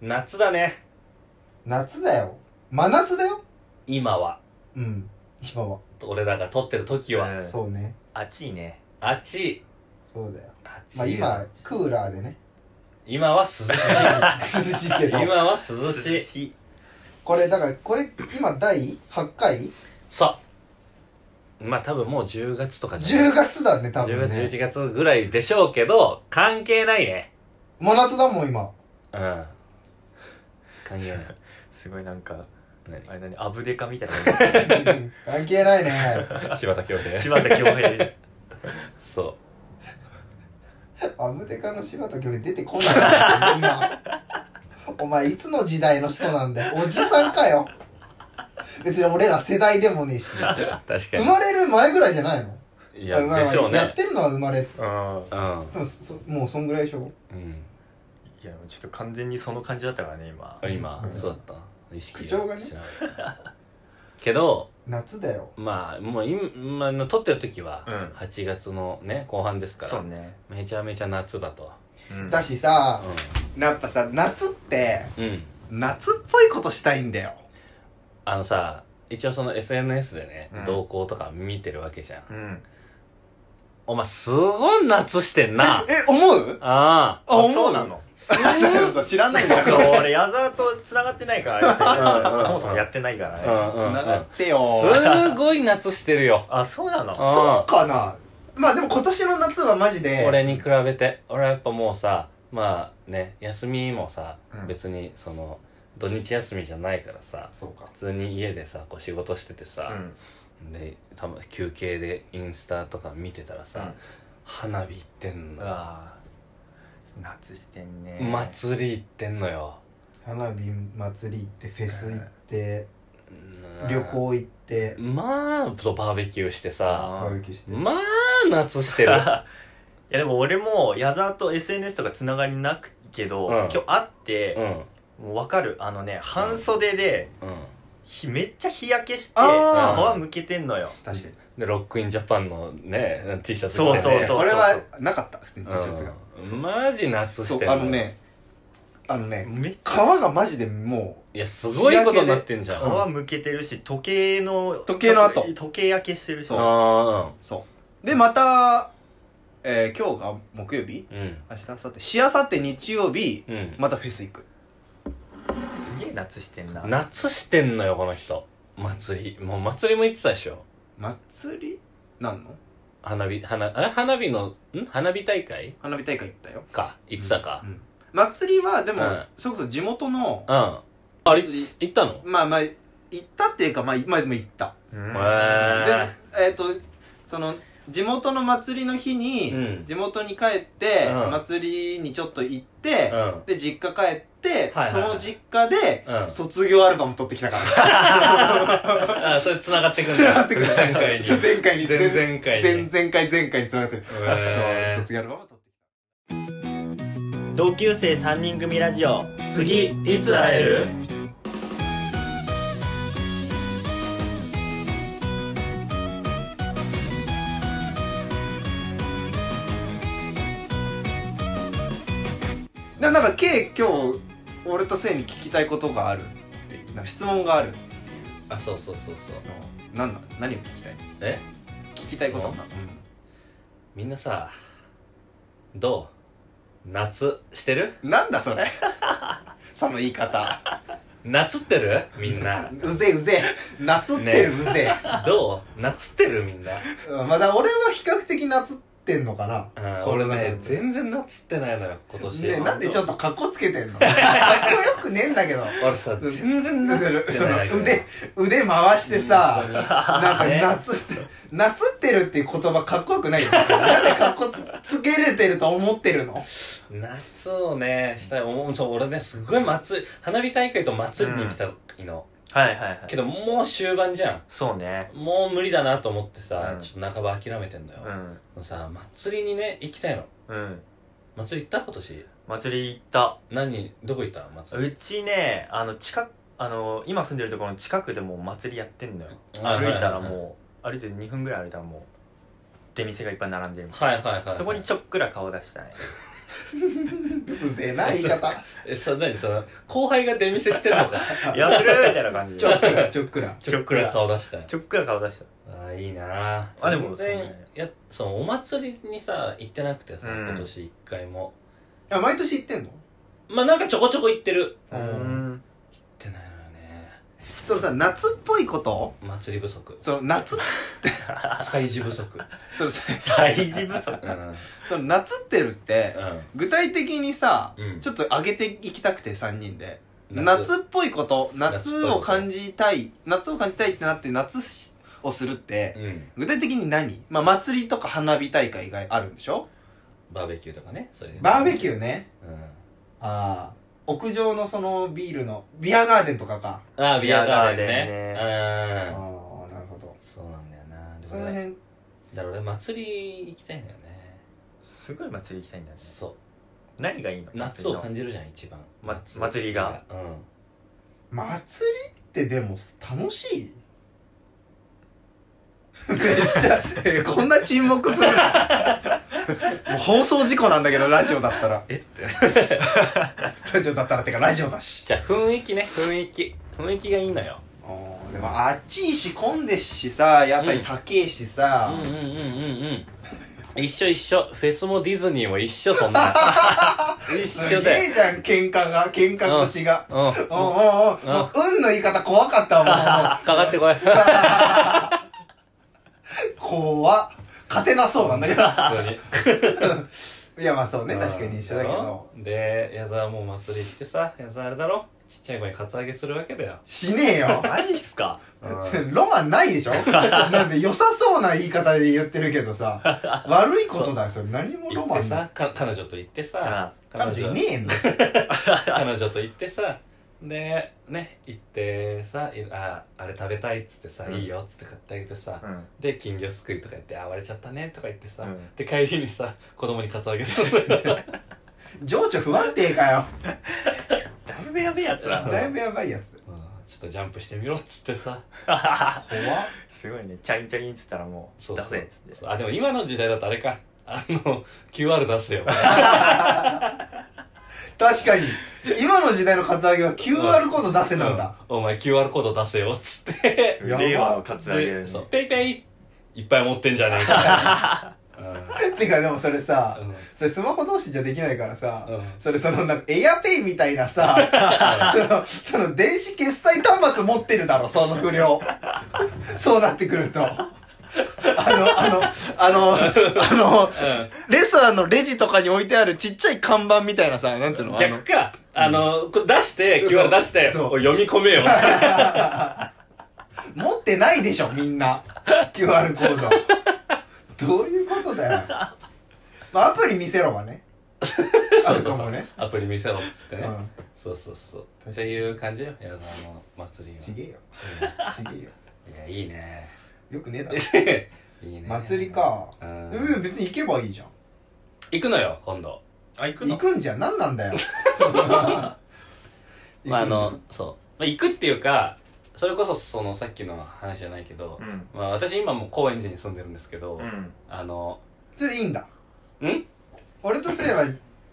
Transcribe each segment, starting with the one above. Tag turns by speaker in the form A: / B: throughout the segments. A: 夏だね
B: 夏だよ。真夏だよ。
C: 今は、
B: うん。今は。
A: 俺らが撮ってる時は、
C: うん
B: そうね。
C: 暑いね。
A: 暑い
B: そうだよ。
A: 暑い、
B: まあ今、クーラーでね。
A: 今は涼しい
B: 涼しい けど
A: 今。は涼しい
C: しい。
B: これ、だから、これ、今、第8回
A: さあまあ多分もう10月とかじゃない
B: ?10 月だね、多
A: 10
B: 分
A: 月
B: ね。
A: 11月ぐらいでしょうけど関係ないね
B: 真夏だもん、今。
A: うん関係ない
C: すごいなんか、
A: 何
C: あれ何アブデカみたいな。
B: 関係ないね。
A: 柴田恭平
C: 柴田恭平。
A: そ
B: アブデカの柴田教授出てこないんだよ今。お前、いつの時代の人なんだよ。おじさんかよ。別に俺ら世代でもねえし。
A: う確か
B: 生まれる前ぐらいじゃないの
A: にいや
B: あまあまあ
A: でしょう
B: やっ
A: ね
B: てるのは生まれ。
C: うん。
A: うん
B: でもそ、もうそんぐらいでしょ
A: うん
C: いや、ちょっと完全にその感じだったからね、今。
A: あ今、
B: うん
A: そうだった意識
B: 口調がね
A: してなかったけど
B: 夏だよ。
A: まあもう今、まあ、撮ってる時は
C: うん
A: 8月のね後半ですから、
C: そうね。
A: めちゃめちゃ夏だと
C: うん
B: だしさ、
A: う
B: やっぱさ、夏って、
A: ん、うん、
B: 夏っぽいことしたいんだよ。
A: あのさ一応その SNS でね、
C: うん
A: 動向とか見てるわけじゃん
C: うん。
A: お前すごい夏してん な
B: え、思う
A: ああ
B: あ、思う
C: そうなの。
A: すごい
B: 知らないんだ
C: だから俺、矢沢と繋がってないから、
A: うん
C: そもそもやってないから
A: う
C: ね。
A: んうんうん
B: てよ
A: すごい夏してるよ
C: あ、そうなの
A: あ
B: そうかなまあでも今年の夏はマジで。
A: 俺に比べて俺はやっぱもうさまあね休みもさ、
C: うん
A: 別にその土日休みじゃないからさ
B: そうか。
A: 普通に家でさこう仕事しててさ、
C: うん。
A: で多分休憩でインスタとか見てたらさ、
C: うん
A: 花火行ってん
C: う
A: の
C: わぁ夏してんね。
A: 祭り行ってんのよ
B: 花火祭り行って、フェス行って、
A: うん
B: 旅行行って、
A: まあそうバーベキューしてさ
B: バ
C: あー
B: ー
C: い
B: ベキューして。
A: まあ夏してる
C: や、でも俺も、矢沢と SNS とか繋がりなくけど、
A: うん
C: 今日会って
A: う、ん
C: もうわかるあのね半袖で
A: うん
C: ひめっちゃ日焼けして皮
B: あ
A: ー
C: むけてんのよ
B: 確かに。
A: でロックインジャパンのね T シャツ
C: そうそうそう
B: これはなかった、普通に T シャツが。
A: うんマジ夏
B: そ
A: し
B: う
A: て、る
B: あのね、あのね、
C: めっ
B: 皮
C: ちゃ
B: がマジでも
A: いやすごいことになってんじゃん
B: 日焼けで
C: 皮むけてるし時計の
B: 時計の跡
C: 時計焼けしてるし
B: そう
A: あ
B: う、そう。で、また、えー今日が木曜日
A: あうん
B: 明日、明後日、しあさって日曜日、
A: うん、
B: またフェス行く。
C: すげえ夏してんな
A: 夏してんのよこの人祭りもう祭りも行ってたでしょ
B: 祭りなんの
A: 花火花あ花火のん花火大会
B: 花火大会行ったよ。
A: か行ってたか
B: うん祭りは、でも
A: うん、
B: それこそ地元の、
A: うん、あれ
B: 祭り
A: 行ったの
B: まあまあ、行ったっていうか、まあ、まあでも行った。
C: うん
A: へー
B: で、えっ、と、その、地元の祭りの日に、
A: うん
B: 地元に帰って、
A: うん
B: 祭りにちょっと行って、
A: うん
B: で、実家帰って、
A: はいはいはい
B: その実家で、
A: うん
B: 卒業アルバム撮ってきたか ら。
A: あそれ繋がってくんだ
B: 繋がってくる
A: 前回に
B: そう前回に。
A: 前々回に
B: 前前々回、前回に繋がってる。
A: へー
B: そう、卒業アルバム撮ってき
C: 同級生3人組ラジオ
A: 次いつ会える
B: た。でもなんか、K 今日、俺とせいに聞きたいことがあるって、なんか質問がある
A: あそうそうそうそう
B: の。なんなの何を聞きたい
A: え
B: 聞きたいこと
A: 質
B: な
A: みんなさどう夏してる
B: うんなんだそれ その言い方。
A: 夏ってるみん な
B: うぜえうぜえ。夏ってるうぜ
A: どう夏ってるみんな
B: え。うんまだ俺は比較的夏ってんのかな。
A: うん
B: こ
A: 俺
B: れまで
A: ね全然夏ってないのよ今年
B: ねなんでちょっ
A: と
B: とカッコつ けてんのかっこよくねえんだけど。
A: 俺さ全然夏って
B: その
A: ないのよ
B: 腕、腕回してさ、
A: 本
B: なんか
A: ね
B: 夏って、夏ってるっていう言葉かっこよくないよ。なんでかっこつつけれてると思ってるの
A: 夏をねしたい思うそう俺ねすごい祭り花火大会と祭りに来た時の、
C: はいはいはい
A: けどもう終盤じゃ
C: そうね
A: んもう無理だなと思ってさ、
C: うん
A: ちょっと半ば諦めてんだよ、
C: うん
A: さ祭りにね行きたいの
C: うん
A: 祭り行った今年
C: 祭り行った
A: 何どこ行った祭り
C: うちねあの近くあの今住んでるところの近くでもう祭りやってんのよ
A: あ
C: 歩いたら
A: はいはい
C: もう歩いて2分ぐらい歩いたらもう出店がいっぱい並んでる
A: はいはいはい
C: そこにちょっくら顔出したね
B: うぜえな言い方
A: え、そ、なにその、後輩が出店してんの か。
C: やってるみたいな感じ
B: ちょっくらちょっくら
A: ちょっくら顔出したい。
C: ちょっくら顔出し
A: ああ、いいなあ
C: あでも
A: 全
C: そう
A: 然
C: ね、
A: や、その、お祭りにさ、行ってなくてさ、
C: うん
A: 今年一回も。
B: あ毎年行ってんの
A: まあ、なんかちょこちょこ行ってる。
C: た
B: う
C: うんん
A: 行ってないのよね。
B: そのさ夏っぽいこと
A: 祭り不足。
B: その夏
A: 祭事不足。
B: そのさ
C: 催事不足
A: うん。うん。
B: その夏ってるって具体的にさ、
A: うん
B: ちょっと上げていきたくて3人で
A: 夏
B: 夏っぽいこと夏
A: 夏っぽいこと
B: を感じたい夏を感じたいってなって夏をするって
A: うん。
B: 具体的に何まあ祭りとか花火大会があるんでしょ
A: バーベキューとかね、そういう。
B: バーベ
A: ュ
B: キューね
A: ーうん。
B: ああ屋上のそのビールのビアガーデンとかか、
A: ああ、ビアガーデン
C: ビ
A: ね。
B: あ
C: ア
B: あ
A: うん。
B: なるほど
A: そうなんだよな。で
B: そ
A: も
B: の
A: ね
B: 辺
A: だから俺祭り行きたいんだよね
C: すごい祭り行きたいんだね
A: そ
C: 何がいいの
A: う夏を
C: 祭
A: 感じるじゃん一番、
C: ま祭りが
A: う
B: 祭りってでも楽しい めっちゃ、えこんな沈 黙するのもう放送事故なんだけどラジオだったら
A: えって
B: ラジオだったらってかラジオだし
A: じゃあ雰囲気ね雰囲気雰囲気がいいのよ
B: あーでもあっちいし混んでっしさ屋台高えし
A: うん
B: さ
A: うん、うんうんうん一緒一緒フェスもディズニーも一緒そんなの一
B: す
A: 緒
B: げ
A: だよ
B: えじゃん喧嘩が喧嘩腰が、
A: うんうん
B: おうお
A: か
B: うおうもう運の言い方怖かったわ
A: かってこい
B: もう怖っ勝てなそうなんだ けど
A: 本当に
B: いやまあそうね確かに一緒だけど
A: うんで矢沢もう祭り行ってさ矢沢あれだろちっちゃい子にカツアゲするわけだよ
B: しねえよ
C: マジっすか
A: う
B: ロマンない でしょなんで良さそうな言い方で言ってるけどさ、悪いことだよ、それ。何もロ
A: 行っ
B: マ
A: て
B: ンない。
A: さか彼女と行ってさ
C: あ
B: 彼女いねえんだよ。
A: 彼女と行ってさでね行ってさいああれ食べたいっつってさ、
C: うん
A: いいよっつって買ってあげてさ、
C: うん
A: で金魚すくいとか言ってあ割れちゃったねとか言ってさ、
C: うん
A: で帰りにさ子供にカツアゲするん だよ
B: 情緒不安定かよ。
C: だいぶやべえやつだ
A: うん
B: だいぶやばいやつ。
A: うんちょっとジャンプしてみろっつってさ
B: 怖っ。
C: すごいねチャリンチャリンっつったらもう出せっつって
A: そうあでも今の時代だとあれかあの QR 出せよ
B: 確かに、今の時代のカツアゲは QR コード出せなんだ。
A: うんお前 QR コード出せよっつって
B: やば
C: 令和のカツアゲ
A: で
C: に
A: そうペイペイいっぱい持ってんじゃねえかう
B: てかでもそれさ、
A: んうん
B: それスマホ同士じゃできないからさ、
A: うん
B: それそのなんかエアペイみたいなさ、 その、その電子決済端末持ってるだろ、その不良。そうなってくると。あの、あの、あの、あの、
A: うん
B: レストランのレジとかに置いてあるちっちゃい看板みたいなさ、な んつうのあの
A: 逆、か、あの、こう出して、
B: そ
A: QR
B: う
A: 出して、
B: そう
A: おい読み込めよ。
B: 持ってないでしょ、みんな。QR コード。どういうことだよ。まあ、アプリ見せろはね。あ
A: そう
B: る
A: そう
B: か
A: そ
B: も
A: う
B: ね。。
A: アプリ見せろっつって
B: う
A: ね。
B: ん。
A: そうそうそう。
B: かに
A: っていう感じよ、矢沢の祭り
B: ちげえよ。
A: は。
B: ちげえ
A: う
B: よ。
A: んいや、いいね。
B: よくねえだろ。
A: いいね。
B: 祭り。か。
A: う。
B: うんん、別に行けばいいじゃん。
A: 行くのよ、今度。
C: あ行く
B: 行
C: の
B: くんじゃん何なんだよ
A: まあ、あの、そう。まあ、行くっていうか、それこそ、その、さっきの話じゃないけど
C: う、ん
A: まあ、私今もう高円寺に住んでるんですけど
C: う、ん
A: あの、
B: それでいいんだ
A: んうん
B: 俺とすれば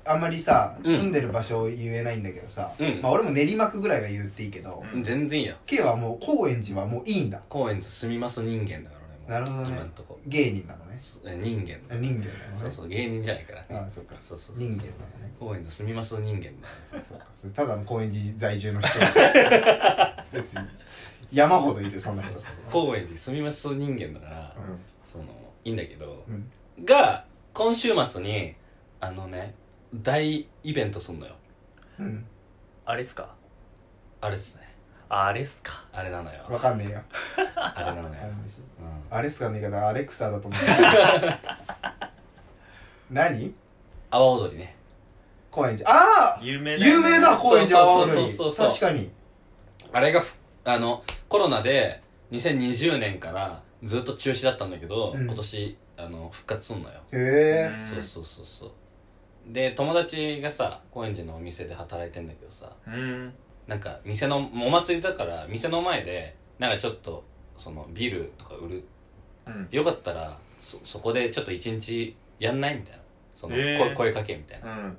B: あんまりさ
A: うん
B: 住んでる場所を言えないんだけどさ、
A: うん
B: まあ俺も練馬区ぐらいが言っていいけど、
C: うん
A: 全然いいよ。
B: K はもう高円寺はもういいんだ
A: 高円寺住みます人間だから、俺も。
B: なるほどね
A: 今んとこ。
B: 芸人なのね
A: すえ人間だ
B: 人間なのね
A: そうそう、芸人じゃないからね。
B: ああそうか
A: そうそうそう
B: 人間なのね
A: 高円寺住みます人間だよ
B: そう かそれただの高円寺在住の人 別に山ほどいるそんな人
A: 高円寺住みます人間だから
B: うん
A: そのいいんだけど
B: うん
A: が今週末にあのね大イベントすんのよ
B: うん
C: あれっすか
A: あれっすね
C: あれっすか
A: あれなのよ
B: わかんねえよ
A: あれなの
B: あれ
A: よ、
B: でしょ
A: うん、
B: アレスカの言い方アレクサだと思う 何
A: 阿波踊りね
B: 高円寺ああ
C: 有名だよ
B: 有
C: ね
B: 名だ高円寺阿波踊
A: そ
B: り
A: うそうそうそう
B: 確かに
A: あれがふあのコロナで2020年からずっと中止だったんだけど、
B: うん
A: 今年あの復活すんのよ
B: へえ
A: そうそうそうそうで友達がさ高円寺のお店で働いてんだけどさ
C: うん
A: なんか店のお祭りだから店の前でなんかちょっとそのビールとか売る
C: うん
A: よかったらそそこでちょっと一日やんないみたいなその、
C: えー
A: 声声かけみたいな
C: うん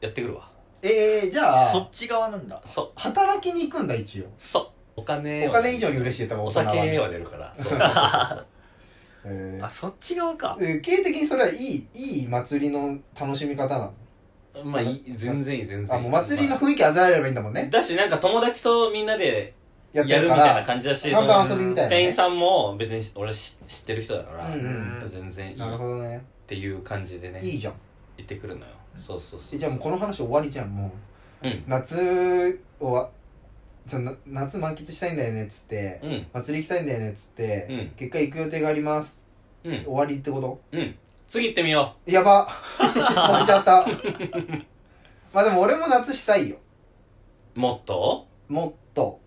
A: やってくるわ
B: えー、じゃ
C: そ
B: あ
C: っち側なんだ
A: そう
B: 働きに行くんだ一応
A: そうお金は
B: お金以上に嬉しい多分
A: お
B: 大人は
A: 酒
B: ね
A: は出るから そうそうそうそう
B: えー
C: あそっち側か
B: えー経営的にそれはいいいい祭りの楽しみ方なの
A: まあいい全然いい全然
B: あ
A: いい
B: もう祭りの雰囲気味わえればいいんだもんね
A: だしなんか友達とみんなで
B: や
A: や
B: って
A: る
B: る
A: み
B: か
A: たいな
B: ら
A: 感じだしそ
B: バンバン
A: の
B: 遊びみたいな、ね、
A: 店員さんも別に俺知知ってる人だから、
B: うん
C: うん
A: 全然いい
B: なる
A: っ
B: ほどね
A: ていう感じでね
B: いいじゃん
A: 行ってくるのよそうそうそ
B: え
A: う
B: じゃあもうこの話終わりじゃんも
A: う
B: うん夏をわその夏満喫したいんだよねっつって、
A: うん
B: 祭り行きたいんだよねっつって、
A: うん
B: 結果行く予定があります
A: うん
B: 終わりってこと
A: うん次行ってみよ
B: やば終わっちゃったまあでも俺も夏したいよ
A: うもっと
B: もっと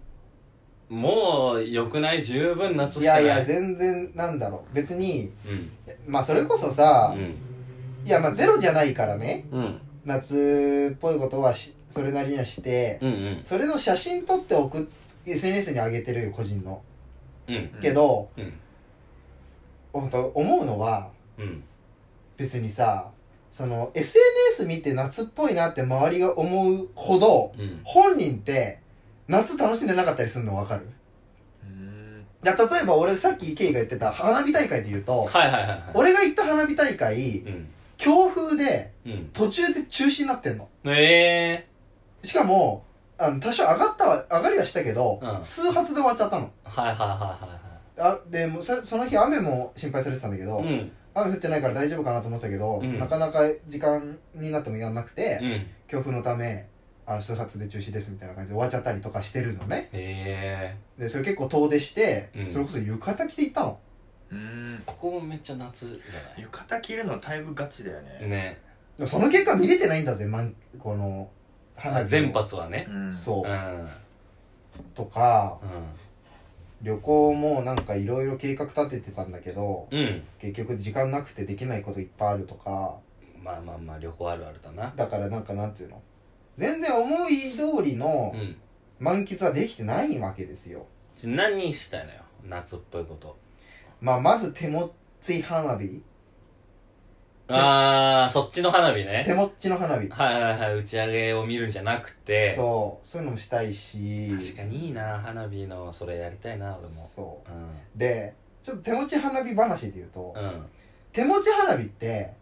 A: もう良くない十分夏し
B: い
A: てな
B: や
A: い
B: いや全然なんだろう別に
A: うん
B: まあそれこそさ、
A: うん
B: いやまあゼロじゃないからね
A: うん
B: 夏っぽいことはしそれなりにはして、
A: うんうん
B: それの写真撮って送っ SNS に上げてるよ個人の
A: うん
B: けど、
A: うん
B: 本当思うのは
A: うん
B: 別にさその SNS 見て夏っぽいなって周りが思うほど
A: うん
B: 本人って夏楽しんでなかったりするの分かる
C: うん
B: だ例えば俺さっきケイが言ってた花火大会で言うと
A: はいはいはいは
B: 俺が行った花火大会
A: いうん
B: 強風で
A: うん
B: 途中で中止になってんの
A: ええ
B: しかもあの多少上がったは上がりはしたけど、
A: うん
B: 数発で終わっちゃったの
A: はいはいは
B: あでもうそその日雨も心配されてたんだけど、
A: いはいうん
B: 雨降ってないから大丈夫かなと思ってたけど、
A: うん
B: なかなか時間になってもやんなくて、
A: うんへ
B: 強風のためあの数発で中止ですみたいな感じで終わっちゃったりとかしてるのね
A: え
B: でそれ結構遠出して、
A: うん
B: それこそ浴衣着て行ったの
C: うん
A: ここもめっちゃ夏じゃ
C: 浴衣着るのだいぶガチだよ
A: ない
C: ね
A: ね
B: でもその結果見れてないんだぜ満この花火の
A: 全発はね
C: うん
B: そう、
A: うん
B: とか
A: うん
B: 旅行もなんかいろいろ計画立ててたんだけど
A: うん
B: 結局時間なくてできないこといっぱいあるとか
A: まあまあまあ旅行あるあるだな
B: だからなんかなんていうの全然思い通りの
A: うん
B: 満喫はできてないわけですよ、
A: 何したいのよ夏っぽいこと
B: まあまず手持ち花火
A: あーそっちの花火ね
B: 手持ちの花火
A: はいはいはい打ち上げを見るんじゃなくて
B: そうそういうのもしたいし
A: 確かにいいな花火のそれやりたいな俺も
B: そ
A: うん
B: うでちょっと手持ち花火話で言うと、
A: う
B: 手持ち花火って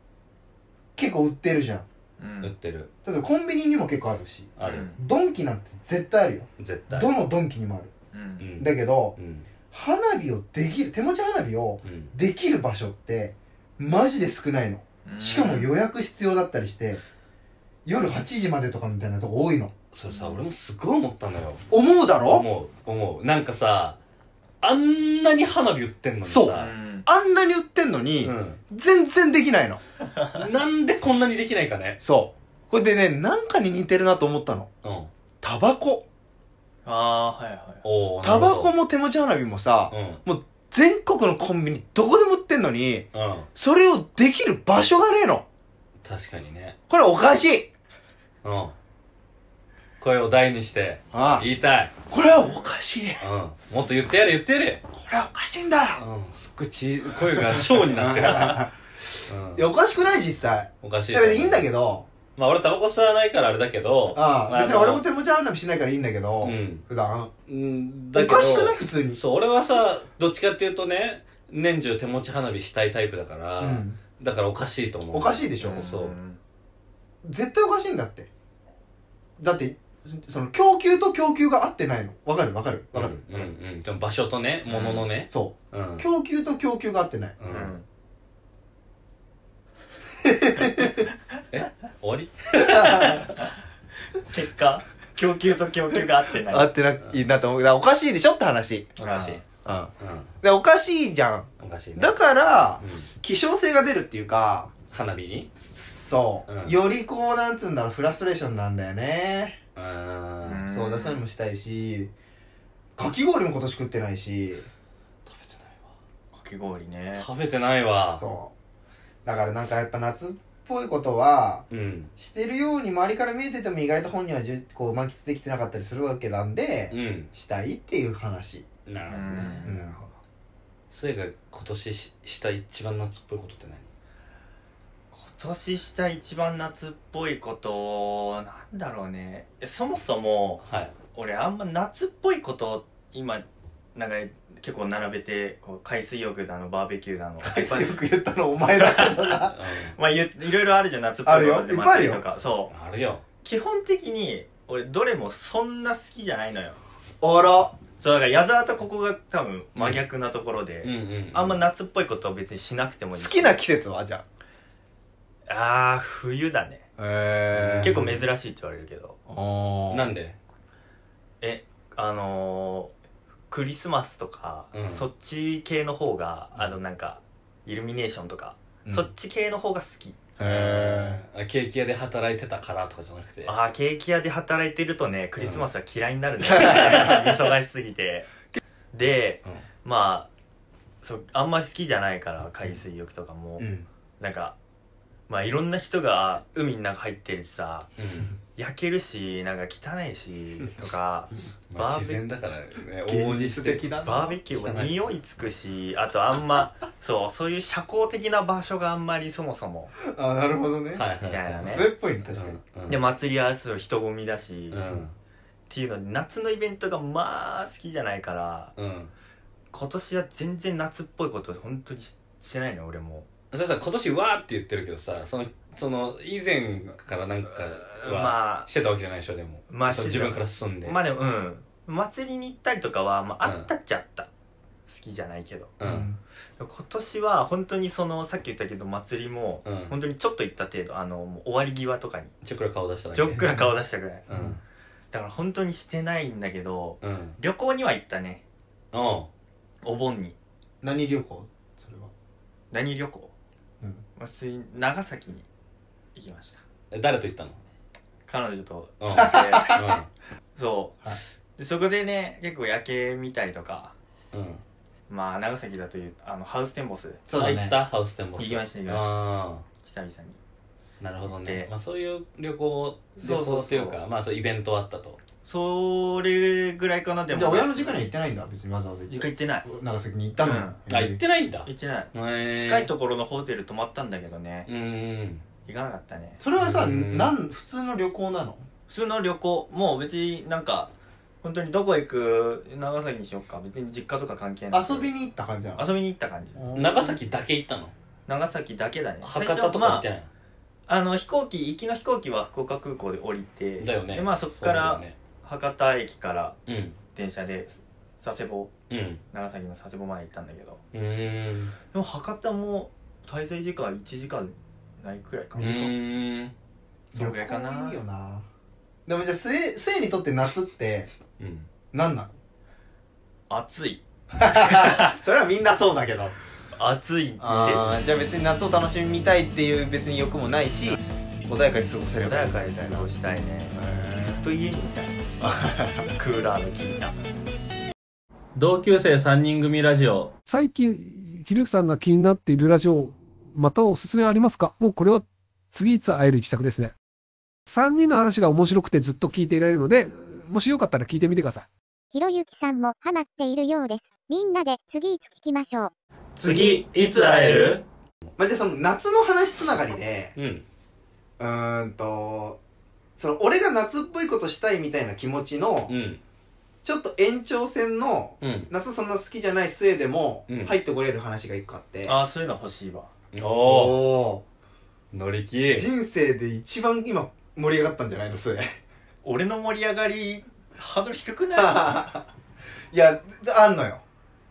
B: 結構売ってるじゃん
C: うん
A: 売ってる
B: 例えばコンビニにも結構あるし
A: ある
B: ドンキなんて絶対あるよ
A: 絶対
B: どのドンキにもある
C: う
A: うんん
B: だけど
A: うん
B: 花火をできる手持ち花火を
A: うん
B: できる場所ってマジで少ないの
C: うん
B: しかも予約必要だったりして夜8時までとかみたいなとこ多いの
A: それさ俺もすごい思ったのよ
B: 思うだろ
A: 思う思うなんかさあんなに花火売ってんのに
B: そう
A: さ
B: あんなに売ってんのに
A: うん
B: 全然できないの
A: なんでこんなにできないかね
B: そうこれでねなんかに似てるなと思ったの
A: うん
B: タバコ
C: ああーはいはい
A: おー
B: タバコ
A: なる
B: も手持ち花火もさ
A: ほど
B: 全国のコンビニどこでも売ってんのに
A: うんうん
B: それをできる場所がねえの
A: 確かにね
B: これおかしい
A: うん声を大にして
B: ああ
A: 言いたい
B: これはおかしい
A: うんもっと言ってやれ言ってやれ
B: これはおかしいんだよ
A: うんすっごいち声が小になってる
B: いやおかしくない実際
A: うんおかしい
B: いや別にいいんだ
A: ど
B: けど
A: まあ俺タバコ吸わないからあれだけど
B: あ
A: ま
B: あ別に
A: の
B: 俺も手持ち花火しないからいいんだけど、
A: うん
B: 普段
A: うん
B: おかしくない
A: い
B: 普通に
A: そう俺はさどっちかっていうとね年中手持ち花火したいタイプだから、
B: うん
A: だからおかしいと思う
B: おかしい
A: い
B: でしょ、
A: んそう
B: 絶対おかしいんだってだってそその供給と供給が合ってないのわかるわかるわかる、
A: うんうん、うん、でも場所とねもののね
B: そ
A: うん、う
B: うん供給と供給が合って ない
C: うん
A: 終わり
C: 結果供給と供給が合ってない
B: 合ってな
A: うん
B: いいなと思うだからおかしいでしょって話、
A: おかしい、
B: うん、
A: う
B: でおかしいじゃん
A: ん、おかしいね
B: だから
A: うん、
B: 希少性が出るっていうか
A: 花火に
B: そう、
A: うん
B: よりこうなんつうんだろうフラストレーションなんだよね、
A: うーん
C: うん
B: そうだそういうのもしたいしかき氷も今年食ってないし
A: 食べてない
C: かき氷ね
A: わ食べてないわ
B: そうだからなんかやっぱ夏っぽいことは
A: うん
B: してるように周りから見えてても意外と本人はじゅこう満喫できてなかったりするわけなんで、
A: うん
B: したいっていう話
A: なるほど
C: う
A: ね
C: ん
A: それが今年しした一番夏っぽいことって何
C: 年下一番夏っぽいことなんだろうねえそもそも
A: はい
C: 俺あんま夏っぽいこと今なんか結構並べてこう海水浴だのバーベキューだの
B: 海水浴言ったのお前だけどな
C: まあいいろいろあるじゃん夏っぽい
B: ある
C: こと
B: よ
C: ま
B: いっぱいあるよ
C: 夏とかそ
A: うんあるよ
C: う基本的に俺どれもそんな好きじゃないのよ
B: あら
C: そうだから矢沢とここが多分真逆なところで、
A: うんうん
C: あんま夏っぽいことは別にしなくてもい
B: 好
C: い
B: きな季節はじゃ
C: ああ冬だね
B: あへ
C: 結構珍しいって言われるけど
B: 構
A: なんで
C: えあのークリスマスとか、
A: うん
C: そっち系の方があのなんかイルミネーションとか、そっち系の方が好き
B: へ
A: あケーキ屋で働いてたからとかじゃなくて
C: ああケーキ屋で働いてるとねクリスマスは嫌いになるね、 忙しすぎてでまあそうあんまり好きじゃないから海水浴とかも、
B: うん
C: なんかまあいろんな人が海の中入ってるしさ
A: うん
C: 焼けるしなんか汚いし とか
A: まあ
C: バーベ
A: 自然だからね
B: 現実的だ
C: バー
B: な
C: ベキューも
A: 汚い
C: 匂いつくしあとあんまそうそういう社交的な場所があんまりそもそも
B: あなるほどね
A: はいはい
C: みたいなね
B: それっぽいね確かに
A: うん
C: で祭りはする人混みだし、
A: う
C: っ
A: ん
C: ていうので夏のイベントがまあ好きじゃないから
A: うん
C: 今年は全然夏っぽいこと本当にししてないの俺も
A: そしたら今年わーって言ってるけどさそのその以前からなんかは
C: まあ
A: してたわけじゃないでしょでも
C: まあ
A: その
C: し
A: 自
C: てた
A: 分から進んで
C: まあでもうん祭りに行ったりとかは、まあ、
A: うん
C: あったっちゃあった、好きじゃないけど
A: うん
C: 今年は本当にそのさっき言ったけど祭りも
A: うん
C: 本当にちょっと行った程度あのもう終わり際とかに
A: ちょっくら顔出しただけ
C: ちょっくら顔出したぐらい、
A: うん
C: だから本当にしてないんだけど
A: うん
C: 旅行には行ったね
A: お
C: お盆に
B: 何旅行それは
C: 何旅行
B: うん
C: 普通に長崎に行きました
A: う誰と行ったの
C: 彼女と
A: うんうん
C: でそう、
B: はい
C: でそこでね結構夜景見たりとか
A: うん
C: まあ長崎だというあのハウステンボス
B: そう
A: あ
B: だ
A: 行っ
B: ね
A: たハウステンボス
C: 行きました行きました
A: あ
C: 久々に
A: あなるほどね
C: で
A: まあそういう旅行旅
C: そうそうそう
A: 行っていうかまあそうイベントあったと
C: それぐらいかなでも
B: じゃあ親の時間には行ってないんだ別にわざわざ行っ
C: 一
B: て
C: 回行ってない
B: 長崎に行ったのに
C: うん
A: あ行ってないんだ
C: 行ってない
A: へー
C: 近いところのホテル泊まったんだけどね
A: うんうん
C: 行かなかったね
B: それはさ
A: うん
B: なん普通の旅行なの
C: 普通の旅行もう別になんか本当にどこ行く長崎にしよっか別に実家とか関係ない
B: 遊びに行った感じな
C: 遊びに行った感じ
B: の
A: 長崎だけ行ったの
C: 長崎だけだね
A: 博多とか行って
C: ま
A: ない
C: あ、あの飛行機行きの飛行機は福岡空港で降りて
A: のだよね
C: でまあそこから博多駅から
A: そうだよね
C: 電車で佐世保
A: うんうん
C: 長崎の佐世保まで行ったんだけど
A: うーん
C: でも博多も滞在時間1時間ないくらいか
A: う
C: な、
A: ーん
C: そんぐらいかな
B: 旅行いいよなでもじゃあせいせいにとって夏って
A: うん
B: 何なの
C: 暑い
B: それはみんなそうだけど
C: 暑い季
B: あー
C: 節
B: じゃあ別に夏を楽しみたいっていう別に欲もないし穏やかに過ごせれ
C: 穏
B: ば
C: やかに過ごしたいねずっと家にい たいクーラーの効いた
A: 同級生3人組ラジオ
D: 最近、ひるきさんが気になっているラジオ、またおすすめありますかもうこれは次いつ会える一作ですね。3人の話が面白くてずっと聞いていられるので、もしよかったら聞いてみてください。
E: ひろゆきさんもハマっているようです。みんなで次いつ聞きましょう。
C: 次いつ会える
B: まあ、じゃあその夏の話つながりで
A: うん
B: うーんとその俺が夏っぽいことしたいみたいな気持ちの
A: うん
B: ちょっと延長線の
A: うん
B: 夏そんな好きじゃない末でも
A: うん
B: 入ってこれる話が一個あって、
C: ああそういうの欲しいわ
A: おお
B: お
A: 乗り
B: ー
A: 気
B: 人生で一番今盛り上がったんじゃないのそれ
C: 俺の盛り上がりハードル低くない
B: いやあんのよ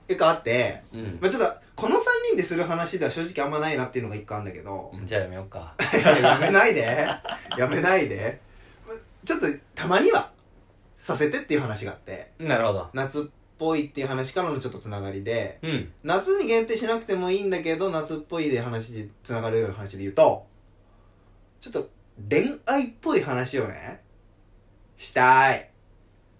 B: 一個あって
A: うん
B: まあ、ちょっとこの3人でする話では正直あんまないなっていうのが1個あるんだけど
A: じゃあやめよう か
B: やめないでやめないでまあちょっとたまにはさせてっていう話があって
A: なるほど
B: 夏っぽいっていう話からのちょっとつながりで
A: うん
B: 夏に限定しなくてもいいんだけど夏っぽいで話でつながるような話で言うとちょっと恋愛っぽい話をねしたい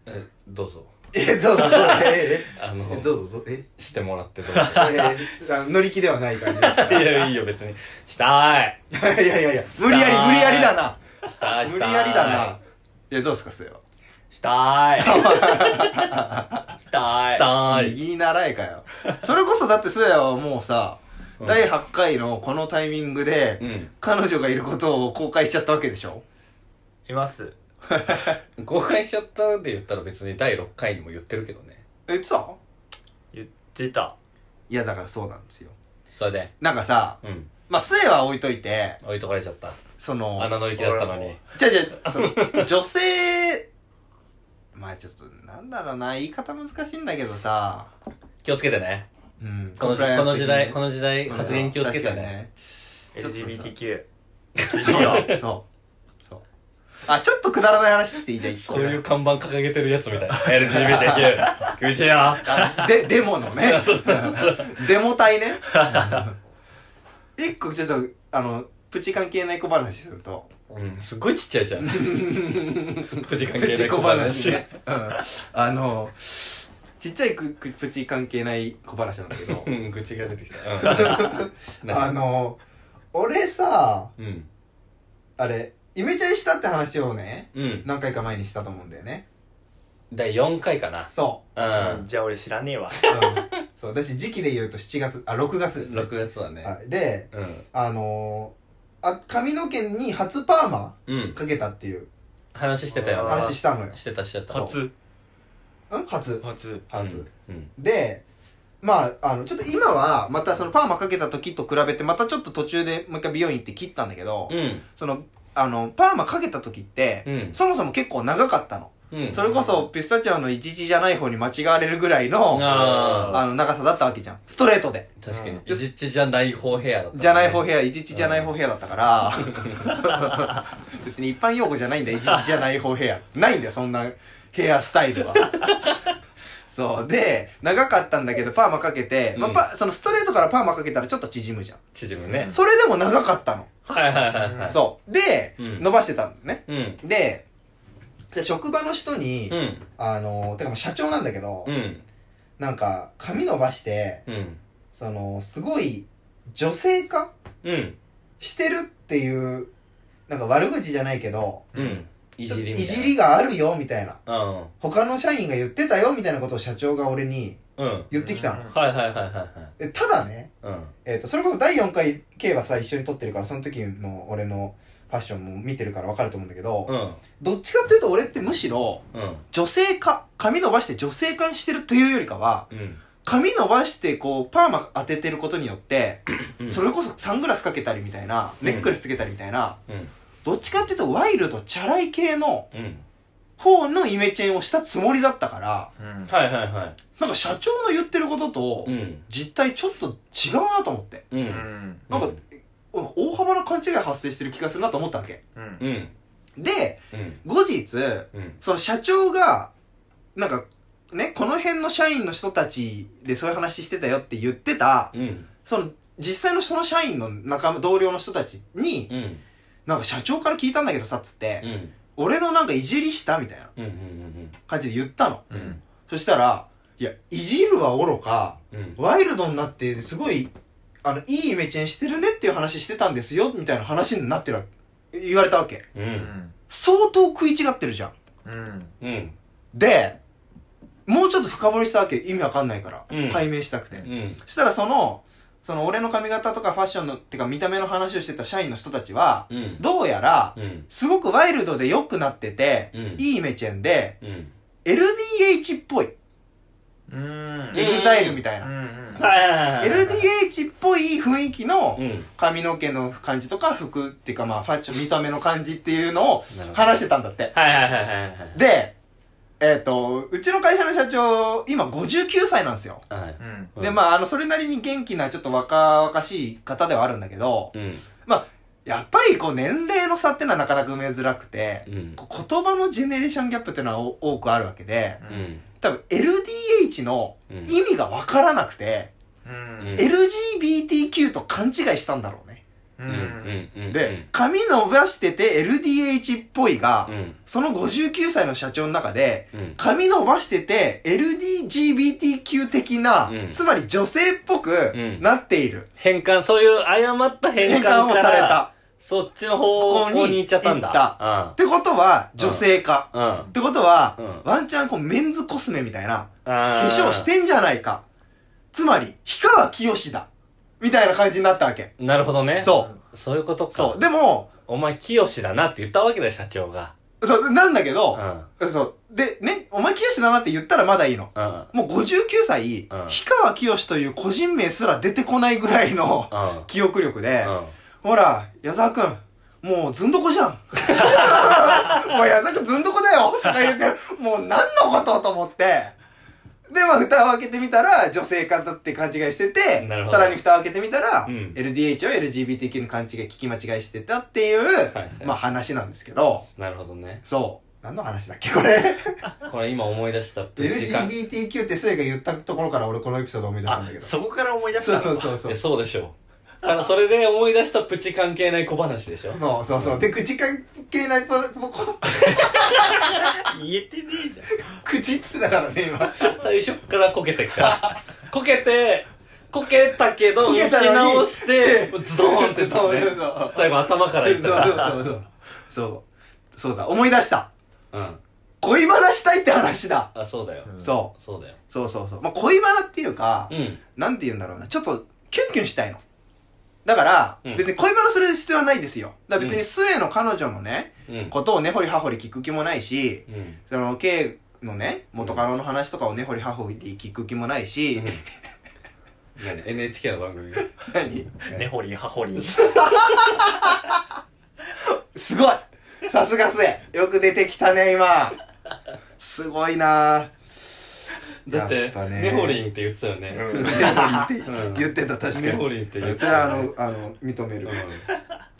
A: えどうぞ
B: えどうぞどうぞえ
A: あの
B: えどうぞどうぞえ
A: してもらってどうぞ
B: えー あの乗り気ではない感じですか
A: い
B: らい
A: やいいよ別にしたい
B: やいやいや無理やり無理やりだな
A: したい
B: 無
A: し
B: 理
A: たい
B: やりだな。いや、どうすか、それは。
C: したーいしたーい
A: したい
B: 右に習えかよ。それこそだって、それはもうさ、
A: うん
B: 第8回のこのタイミングで、
A: う
B: 彼女がいることを公開しちゃったわけでしょ
C: います
A: ん公開しちゃったんで言ったら別に第6回にも言ってるけどね
B: え、さ
C: 言ってた
B: いや、だからそうなんですよ。
A: それで
B: なんかさ、
A: うん
B: まあ、末は置いといて、
A: 置いとかれちゃった
B: その、
A: 穴の行きだったのに
B: じゃじゃ、その、女性、まあちょっと、なんだろうな、言い方難しいんだけどさ、
A: 気をつけてね
B: うん、
A: この
B: コンプライアン
A: こ
B: ス
A: の時代
B: 的
A: こ
B: に
A: の時代
B: うん
A: 発言気をつけてね
B: ちょっとさ
C: LGBTQ
B: 確かにね。そう、そう、そう。あ、ちょっとくだらない話していいじゃん、一個
A: こういう看板掲げてるやつみたいな LGBTQ 厳しいよ
B: あで、デモの ね。デモ隊ね。一個ちょっと、あの、プチ関係ない小話すると。
A: うんすっごいちっちゃいじゃ んプチ関
B: プ
A: 係な
B: チ
A: い
B: 小
A: 小
B: 話
A: 話
B: ね。うん。あの、ちっちゃいくくプチ関係ない小話なんだ けど
A: う。ん口が出てきたうん
B: あの、俺さ、
A: うん
B: あれ、イメチェンしたって話をね、
A: うん
B: 何回か前にしたと思うんだよね。
A: 第4回かな
B: そう
C: うん
A: ん
C: じゃあ俺知らねえわ
B: う。うん、そう、私時期で言うと7月、あ、6月ですね。
A: 6月だね
B: はい、で、
A: うん
B: あのあ、髪の毛に初パーマ
A: うん
B: かけたっていう
A: 話してたよ
C: あー
A: ね
B: 話したのよ。
A: してたしてた
B: 初うん初。
C: 初
B: 初。
A: うん
B: で、まあ、あの、ちょっと今は、またそのパーマかけた時と比べて、またちょっと途中でもう一回美容院行って切ったんだけど、
A: うん
B: その、あの、パーマかけた時って、
A: うん
B: そもそも結構長かったの。
A: うん
B: それこそ、ピスタチオの一時じゃない方に間違われるぐらいの、
A: あ
B: あの、長さだったわけじゃん。ストレートで。
A: ー確かに
B: うん
A: 一日じゃない方ヘアだった
B: じゃない方部屋、一時じゃない方部屋だったから、 別に一般用語じゃないんだよ、一時じゃない方部屋。ないんだよ、そんなヘアスタイ ルは。そう。で、長かったんだけど、パーマかけて、まあ
A: うん
B: パ、そのストレートからパーマかけたらちょっと縮むじゃん。
A: 縮むね
B: それでも長かったの。
A: はいはいはいはい
B: そう。で、
A: うん
B: 伸ばしてたのね。
A: うん
B: で、で職場の人に、
A: うん
B: あの、てかまあ社長なんだけど、
A: うん
B: なんか、髪伸ばして、
A: うん
B: その、すごい、女性化
A: うん
B: してるっていう、なんか悪口じゃないけど、
A: うんい
B: い
A: じりみたいない
B: じりがあるよ、みたいな。
A: うん
B: 他の社員が言ってたよ、みたいなことを社長が俺に
A: うん
B: 言ってきたの。
A: はいはいはいはいはい
B: えただね、
A: うん
B: えっ、と、それこそ第4回 K はさ、一緒に撮ってるから、その時の俺のファッションも見てるからわかると思うんだけど、
A: うん
B: どっちかっていうと俺ってむしろ、
A: うん
B: 女性化、髪伸ばして女性化にしてるというよりかは、
A: うん
B: 髪伸ばしてこう、パーマ当ててることによって、
A: うん
B: それこそサングラスかけたりみたいな、ネックレスつけたりみたいな、
A: うん
B: どっちかっていうとワイルドチャラい系の
A: うん
B: 方のイメチェンをしたつもりだったから、
C: うん
A: はいはいはい
B: なんか社長の言ってることと
A: うん
B: 実態ちょっと違うなと思って、
A: う
C: うんん
B: なんかうん大幅な勘違い発生してる気がするなと思ったわけ。
C: うん
A: うんうん
B: で、
A: うん
B: 後日、
A: うん
B: その社長が、なんか、ね、この辺の社員の人たちでそういう話してたよって言ってた、
A: うん
B: その、実際のその社員の仲間、同僚の人たちに、
A: うん
B: なんか社長から聞いたんだけどさ、つって、
A: うんうん
B: 俺のなんかいじりしたみたいな
A: うんうん
B: 感じで言ったの。
C: うん
B: そしたら、いや、いじるは愚か、
A: うん
B: ワイルドになって、すごい、あの、いいイメチェンしてるねっていう話してたんですよ、みたいな話になってるわけ。言われたわけ。
A: うんう
C: うんん
B: 相当食い違ってるじゃん。
C: うん
A: うん
B: で、もうちょっと深掘りしたわけ。意味わかんないから。
A: うん
B: 解明したくて。
A: うん
B: そしたらその、その俺の髪型とかファッションの、てか見た目の話をしてた社員の人たちは、
A: うん
B: どうやら、
A: うん
B: すごくワイルドで良くなってて、
A: うん
B: いいイメチェンで、
A: うん。
B: LDH っぽい。
C: うんうん
B: エグザイルみたいな。
A: はいはいはいはい。
B: LDH っぽい雰囲気の
A: うん。
B: 髪の毛の感じとか服っていうかまあファッション見た目の感じっていうのを
A: なるほど
B: 話してたんだって。
A: はいはいはいはいはい。
B: で、えっ、と、うちの会社の社長、今59歳なんですよ。
A: はい
C: うん
A: うん
B: で、まあ、あの、それなりに元気な、ちょっと若々しい方ではあるんだけど、
A: うん。
B: やっぱりこう、年齢の差ってのはなかなか埋めづらくて、
A: うん。
B: こう言葉のジェネレーションギャップっていうのはお多くあるわけで、
A: うん。
B: 多分 LDH の
A: うん。
B: 意味がわからなくて、
C: うん
A: うん
B: LGBTQ と勘違いしたんだろうね。
C: う
A: うん
C: ん
A: うんうん。
B: で、髪伸ばしてて LDH っぽいが、
A: うん。
B: その59歳の社長の中で、
A: うん。
B: 髪伸ばしてて LGBTQ 的な、
A: うん
B: つまり女性っぽく
A: ん
B: なっている。
A: 変換、そういう誤った変
B: 変
A: 換
B: 換を
A: か
B: され
A: ら、
B: た。
A: そっちの方向に行っちゃったんだ
B: っ。てことは、女性化。
A: うん。うん。
B: ってことは、
A: うん
B: ワンチャンこうメンズコスメみたいな、
A: 化
B: 化粧し。てんじゃないか。つまり、氷川きよしだ。みたいな感じになったわけ。
A: なるほどね。。
B: そう
A: そういうことか。
B: そう。でも、
A: お前、清だなって言ったわけだよ、社長が。
B: そう、なんだけ
A: う
B: ど
A: ん。、うん。
B: そう。で、ね、お前清だなって言ったらまだいいの。
A: うん。
B: もう59歳、
A: うん
B: 氷川きよしという個人名すら出てこないぐらいの
A: うん。
B: 記憶力で、
A: うん。
B: ほら、矢沢くん、もうずんどこじゃん。 もう矢沢くんずんどこだよとか言って、もう何のことと思って。で、まあ、蓋を開けてみたら、女性化だって勘違いしてて
A: なる、ほど
B: さらに蓋を開けてみたら、
A: うん
B: LDH を LGBTQ に勘違い、聞き間違いしてたっていう、
A: はい
B: まあ話なんですけど、
A: なるほどね。
B: そう。何の話だっけこれ。
A: これ今思い出したプチ関
B: LGBTQ ってスエが言ったところから俺このエピソード思い出したん
C: あ
B: だけど。
C: そこから思い出した
B: そう
C: の
B: そうそうそ
A: いうや。そうでしょう。からそれで思い出したプチ関係ない小話でしょ。
B: そうそうそう。で、口関係ないポ、ポコ
C: 言えてねえじゃん
B: 口っつってたからね、今。
A: 最初っからこけてっ から。こけて、こけたけど、
B: こ
A: 打
B: けたの
A: ち
B: に
A: 直して、ズドーンって
B: そう
A: ね
B: そうそう。
A: 最後頭からいったら。
B: そうそうそうそう。そう。そうだ、思い出した。
A: うん。
B: 恋バナしたいって話だ。
A: あ、そうだよ。
B: そう。
A: そうだよ。
B: そうそうそう。まあ、恋バナっていうか、
A: うん。
B: なんて言うんだろうな。ちょっと、キュンキュンしたいの。だから、
A: うん
B: 別に恋バナする必要はないですよ。だから別
A: うん
B: にスエの彼女のね、
A: うん。
B: ことをね、ほりはほり聞く気もないし、
A: うん。
B: その、K のね、元カノの話とかをね、ほりはほり聞く気もないし、
A: 何 ?NHK の番組
B: 何
C: 根掘り葉掘り
B: すごいさすがスエよく出てきたね、今すごいな
A: だって、
B: やぱ
A: ネホリンって言ってたよね。
B: うんネホリンって言ってた、確か
A: ネ
B: に。
A: ホリンって言っ
B: う
A: て
B: ち
A: た
B: ら、あ
A: よね
B: の、あの、認める。
A: う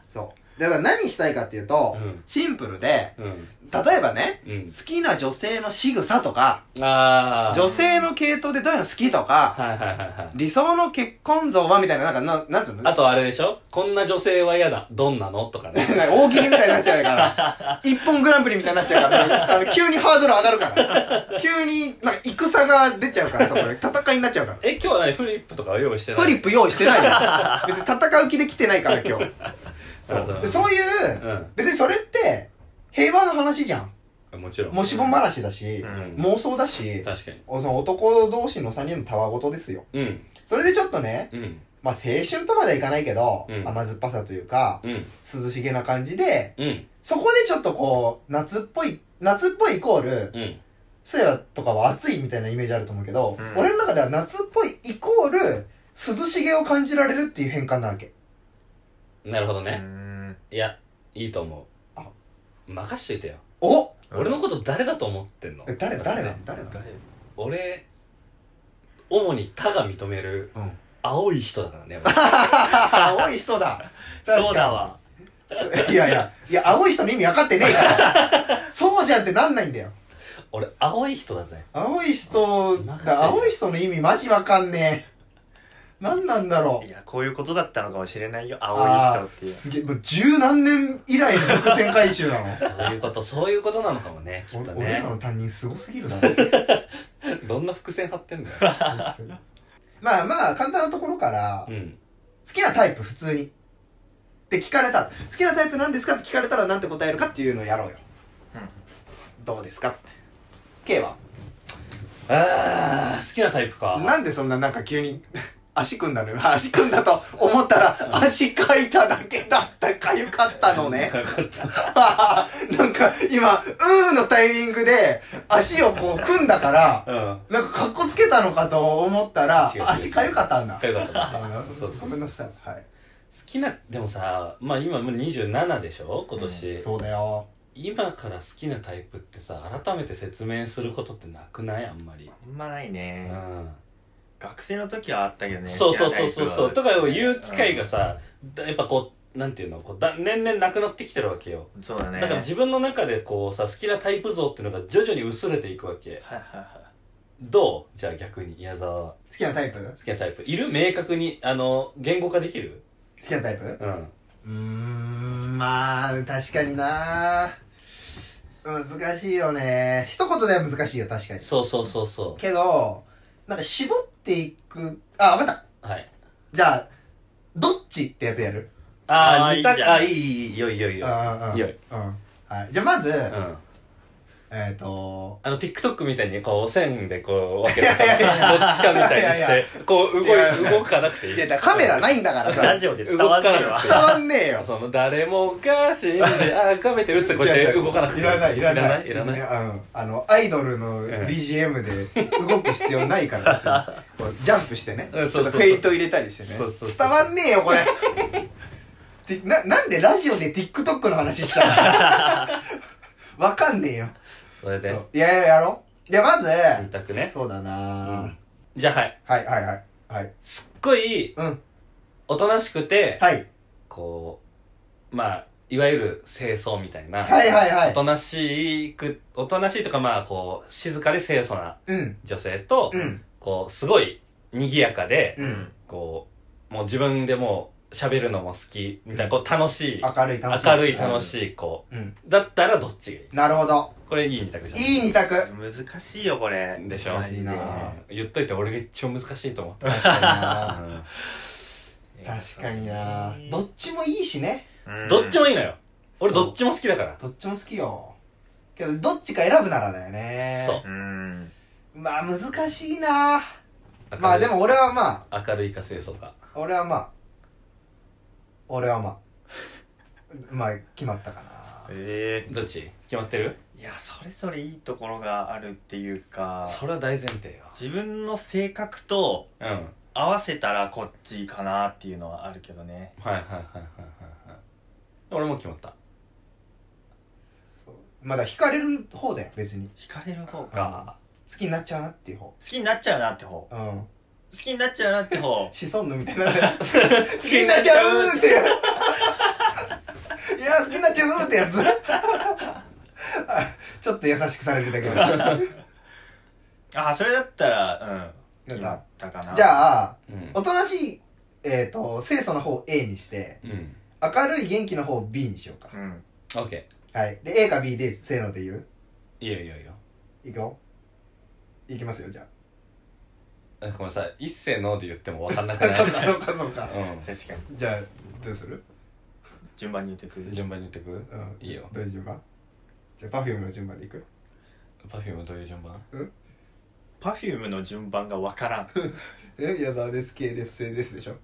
B: そう。だから何したいかっていうと
A: うん、
B: シンプルで、
A: ん。うん。
B: 例えばね、
A: うん
B: 好。きな女性の仕草とか、
A: ああ。
B: 女性の系統でどういうの好きとか、
A: はいはいはいはい。
B: 理想の結婚像はみたいな、なんか、ななんつうの
A: あとあれでしょこんな女性は嫌だ。どんなのとかね。
B: なん か大喜利みたいになっちゃうから、一本グランプリみたいになっちゃうから、あの急にハードル上がるから、急になんか戦が出ちゃうから、そこで戦いになっちゃうから。
A: え、今日は何フリップとかは用意してない
B: フリップ用意してないよ。別に戦う気で来てないから、今日。そ
A: そう
B: う
A: そう
B: でそういう、
A: うん
B: 別にそれって、平和の話じゃん。
A: もちろん。
B: もしぼん話だし、
C: ん
B: 妄想だし、
A: 確かに。
B: その男同士の3人のたわごとですよ。
A: うん。
B: それでちょっとね、
A: うん。
B: まあ青春とまではいかないけど、
A: うん
B: 甘酸っぱさというか、
A: うん。
B: 涼しげな感じで、
A: うん。
B: そこでちょっとこう、夏っぽい、夏っぽいイコール、
A: うん。
B: せやとかは暑いみたいなイメージあると思うけど、
C: うん
B: 俺の中では夏っぽいイコール、涼しげを感じられるっていう変換なわけ。
A: なるほど
C: うー
A: ね。
C: ん
A: いや、いいと思う
B: あ。
A: 任しといてよ。
B: お
A: 俺のこと誰だと思ってんの
B: え誰、誰なの誰なの
C: 誰
A: 俺、主に他が認める
B: うん、
A: 青い人だからね。
B: 青い人だ。確かに
C: そうだ。わ
B: いやいや、いや、青い人の意味分かってねえから。そうじゃんってなんないんだよ。
A: 俺、俺青い人だぜ。
B: 青い人
A: 任せ、る
B: 青い人の意味マジ分かんねえ。なんなんだろう
C: い。やこういうことだったのかもしれないよ青い人
B: あ
C: って
B: ー
C: いう
B: すげえ、もう十何年以来の伏線回収なの。
A: そういうこと、そういうことなのかも ね、きっと
B: お俺
A: ね
B: ら。の担任すごすぎるだろ
A: どんな伏線張ってんだよ。
B: まあまあ簡単なところから、
A: う
B: 好
A: ん。
B: きなタイプ普通にって聞かれたら好きなタイプなんですかって聞かれたらなんて答えるかっていうのをやろうよ、どうですかって K は
A: あー、好きなタイプか。
B: なんでそんななんか急に 足組んだのよ足組んだと思ったら足かいただけだったかゆかったのね
A: かかった。
B: なんか今「うー」のタイミングで足をこう組んだから
A: うん。
B: なんか格好つけたのかと思ったら
A: 違う違う
B: 足かゆかったんだ
A: かよかった。
B: あ
A: そうそうそう
B: ごめんなさい。はい。
A: 好きなでもさまあ今もう27でしょ今年、
B: そうだよ。
A: 今から好きなタイプってさ改めて説明することってなくないあんまり、
C: あんまないね
A: うん
C: 学生の時はあったけどね
A: そうそうそうそうそうとか言う機会が
C: さ
A: さ、だやっぱこうなんていうのこうだ年々なくなってきてるわけよ
C: そうだね
A: だから自分の中でこうさ好きなタイプ像っていうのが徐々に薄れていくわけ
C: はいはいはい
A: どうじゃあ逆に矢沢は
B: 好きなタイプ好
A: 好きなタイプいる明確にあの言語化できる
B: きなタイプう
A: うん
B: ーん、まあ、確かにな難しいよね。一言では難しいよ、確かに。
A: そうそうそうそ
B: けど、なんか絞っていく、あ、わかった。
A: うはい
B: じゃあ、どっちってやつやる
A: あ
C: あ
A: あ
C: ー
A: 似た
C: いいじゃん
A: あいいいいいいよいいよいいよ
B: ああ、ああ
A: いいよ
B: うん。はい。じゃあ、まず、
A: うん
B: えっ、と
A: あの、TikTok みたいに、こう、線でこう、分けて、どっ
B: いやいやいや
A: ちかみたいにし
B: いやい
A: て、こう、動い
B: 違う、
A: 動かなくていい。
B: いや、だからカメラないんだからさ。
C: ラジオで伝わんねえ
A: 動
C: わ
A: か
B: 伝わんねえよ。
A: その、誰もが信じ、あ、かめて打つ、こうやって動かなくて
B: いらない、いらな
A: い
B: い。
A: らない、いらない。
B: 別にあのあの、アイドルの BGM で動く必要な いから、別にこうジャンプしてね。ち
A: う
B: ょ
A: ん
B: っ
A: そう
B: と
A: そう
B: フェイト入れたりして
A: そうそう
B: ね
A: そう。
B: 伝わんねえよ、これ。 てな、なんでラジオで TikTok の話した のわかんねえよ。
A: それ
B: そ
A: で
B: う、いやいや、やろう。じゃあ、まず、
A: 二択ね。
B: そうだな、
A: うんじゃあ、はい。
B: はい、はい、はい。はい。
A: すっごい、
B: うん。
A: おとなしくて、
B: はい。
A: こう、まあ、いわゆる清掃みたいな、
B: はい、はい、は
A: お
B: い。
A: となしく、おとなしいとか、まあ、こう、静かで清楚な
B: うん。
A: 女性と、
B: うん。
A: こう、すごい、賑やかで、
B: うん。
A: こう、もう自分でもう喋るのも好き、みたいな、こう、楽しい、
B: 明るい、楽しい。
A: 明るい楽しい子。
B: うん。
A: だったらどっちがいい
B: なるほど。
A: これいい二択じゃん。
B: いい二択。
C: 難しいよこれ
A: でしょ
B: 難しいな
A: 言っといて俺が一番難しいと思った。
B: 確かにな
A: う
B: 確かになどっちもいいしね。
C: うん
A: んどっちもいいのよ。俺
B: そう
A: どっちも好きだから。
B: どっちも好きよ。けど、どっちか選ぶならだよね。
A: そう
C: うん
B: まあ、難しいな
A: 明るい
B: まあ、で。も俺はま
A: 明るいか清掃か。
B: あ、俺はまあ、俺はま あ、まあ、決まったかな
C: え
A: どっち決まってる
C: えいやそれぞれいいところがあるっていうか
A: それは大前提よ。
C: 自分の性格と
A: うん。はい
C: 合わせたらこっちかなっていうのはあるけどね
A: はいはいはいはいはい。俺も決まった。
B: そうまあだ、惹かれる方だよ、別に。
C: 惹かれる方か
B: 好きになっちゃうなっていう方。
C: 好きになっちゃうなって方
B: うん。思
C: 好きになっちゃうなって方
B: 孫のみ たいな。好きになっちゃうーっていう。いや、好きになっちゃうーってやつ。あちょっと優しくされるだけだ。
C: ああそれだったらうん
B: やった
C: 決まったかな
B: じゃあ、
A: うん
B: お。となしい、えっ、と、清楚の方を A にして、
A: うん。
B: 明るい元気の方を B にしようか。
C: うん
A: OK。
B: はい。で、A か B で、せーので言う
A: いいよいいよいいよ。
B: いくよ。いきますよ、じゃ
A: あごめんなさい。一世ので言っても分かん なくな
B: あ。
A: い。
B: そうか、そうか、そうか。
A: う
C: 確かに
B: じゃあ、どうする
C: 順番に言ってく
A: ん。
C: る
A: 順番に言ってく
B: うん。
A: いいよ
B: どういう順番じゃあ、Perfume の順番でいく
A: ?Perfume どういう順番
C: パフュームの順番がわからん
B: え矢沢です、K です、せですでしょ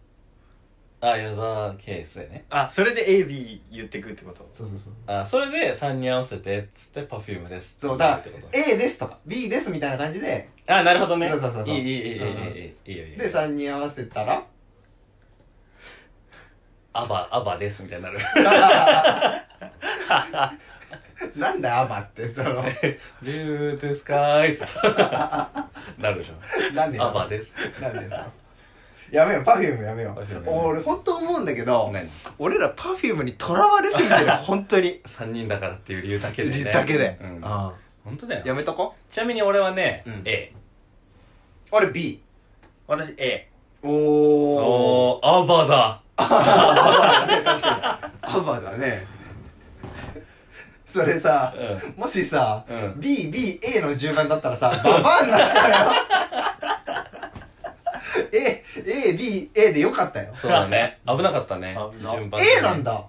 A: あ、矢沢圭介ね。
C: あそれで AB 言ってくってこと
B: そうそうそう。
A: あ、それで3人合わせて、っつって Perfume です。
B: そうだ
A: ってこと。
B: A ですとか、B ですみたいな感じで、
A: あ、なるほどね。
B: そうそうそうそう
A: いい、いい、いい、いい、いい
B: うんうん、
A: いい、いいよ、いいよ。
B: で、3人合わせた ら、
A: アバ、アバです、みたいに なる。
B: なんだ、アバって、そ の、
A: ビューティスカイってさ なるでしょ。
B: なんで
A: アバです。
B: なんでだろうやめよう、パフュームやめよ
A: Perfume
B: う。俺、本当思うんだけど、
A: 何
B: 俺らパフュームにとらわれすぎて る、本当に。
A: ?3 人だからっていう理由だけでね。
B: だけで。
A: うん。
B: あ
A: 本当だ
B: あや
A: よ。
B: めとこ
A: ちなみに俺はね
B: うん、
A: A。
B: 俺 B。
C: 私 A
B: おお
A: おー、アバだ。
B: アバだね。それさ、
A: う
B: もしさ、
A: うん
B: B、B、A の順番だったらさ、ババアになっちゃうよ。A、A、B、A でよかったよ。
A: そうだ ね。危なかったね。
C: 危な
A: 順番
B: A なんだ。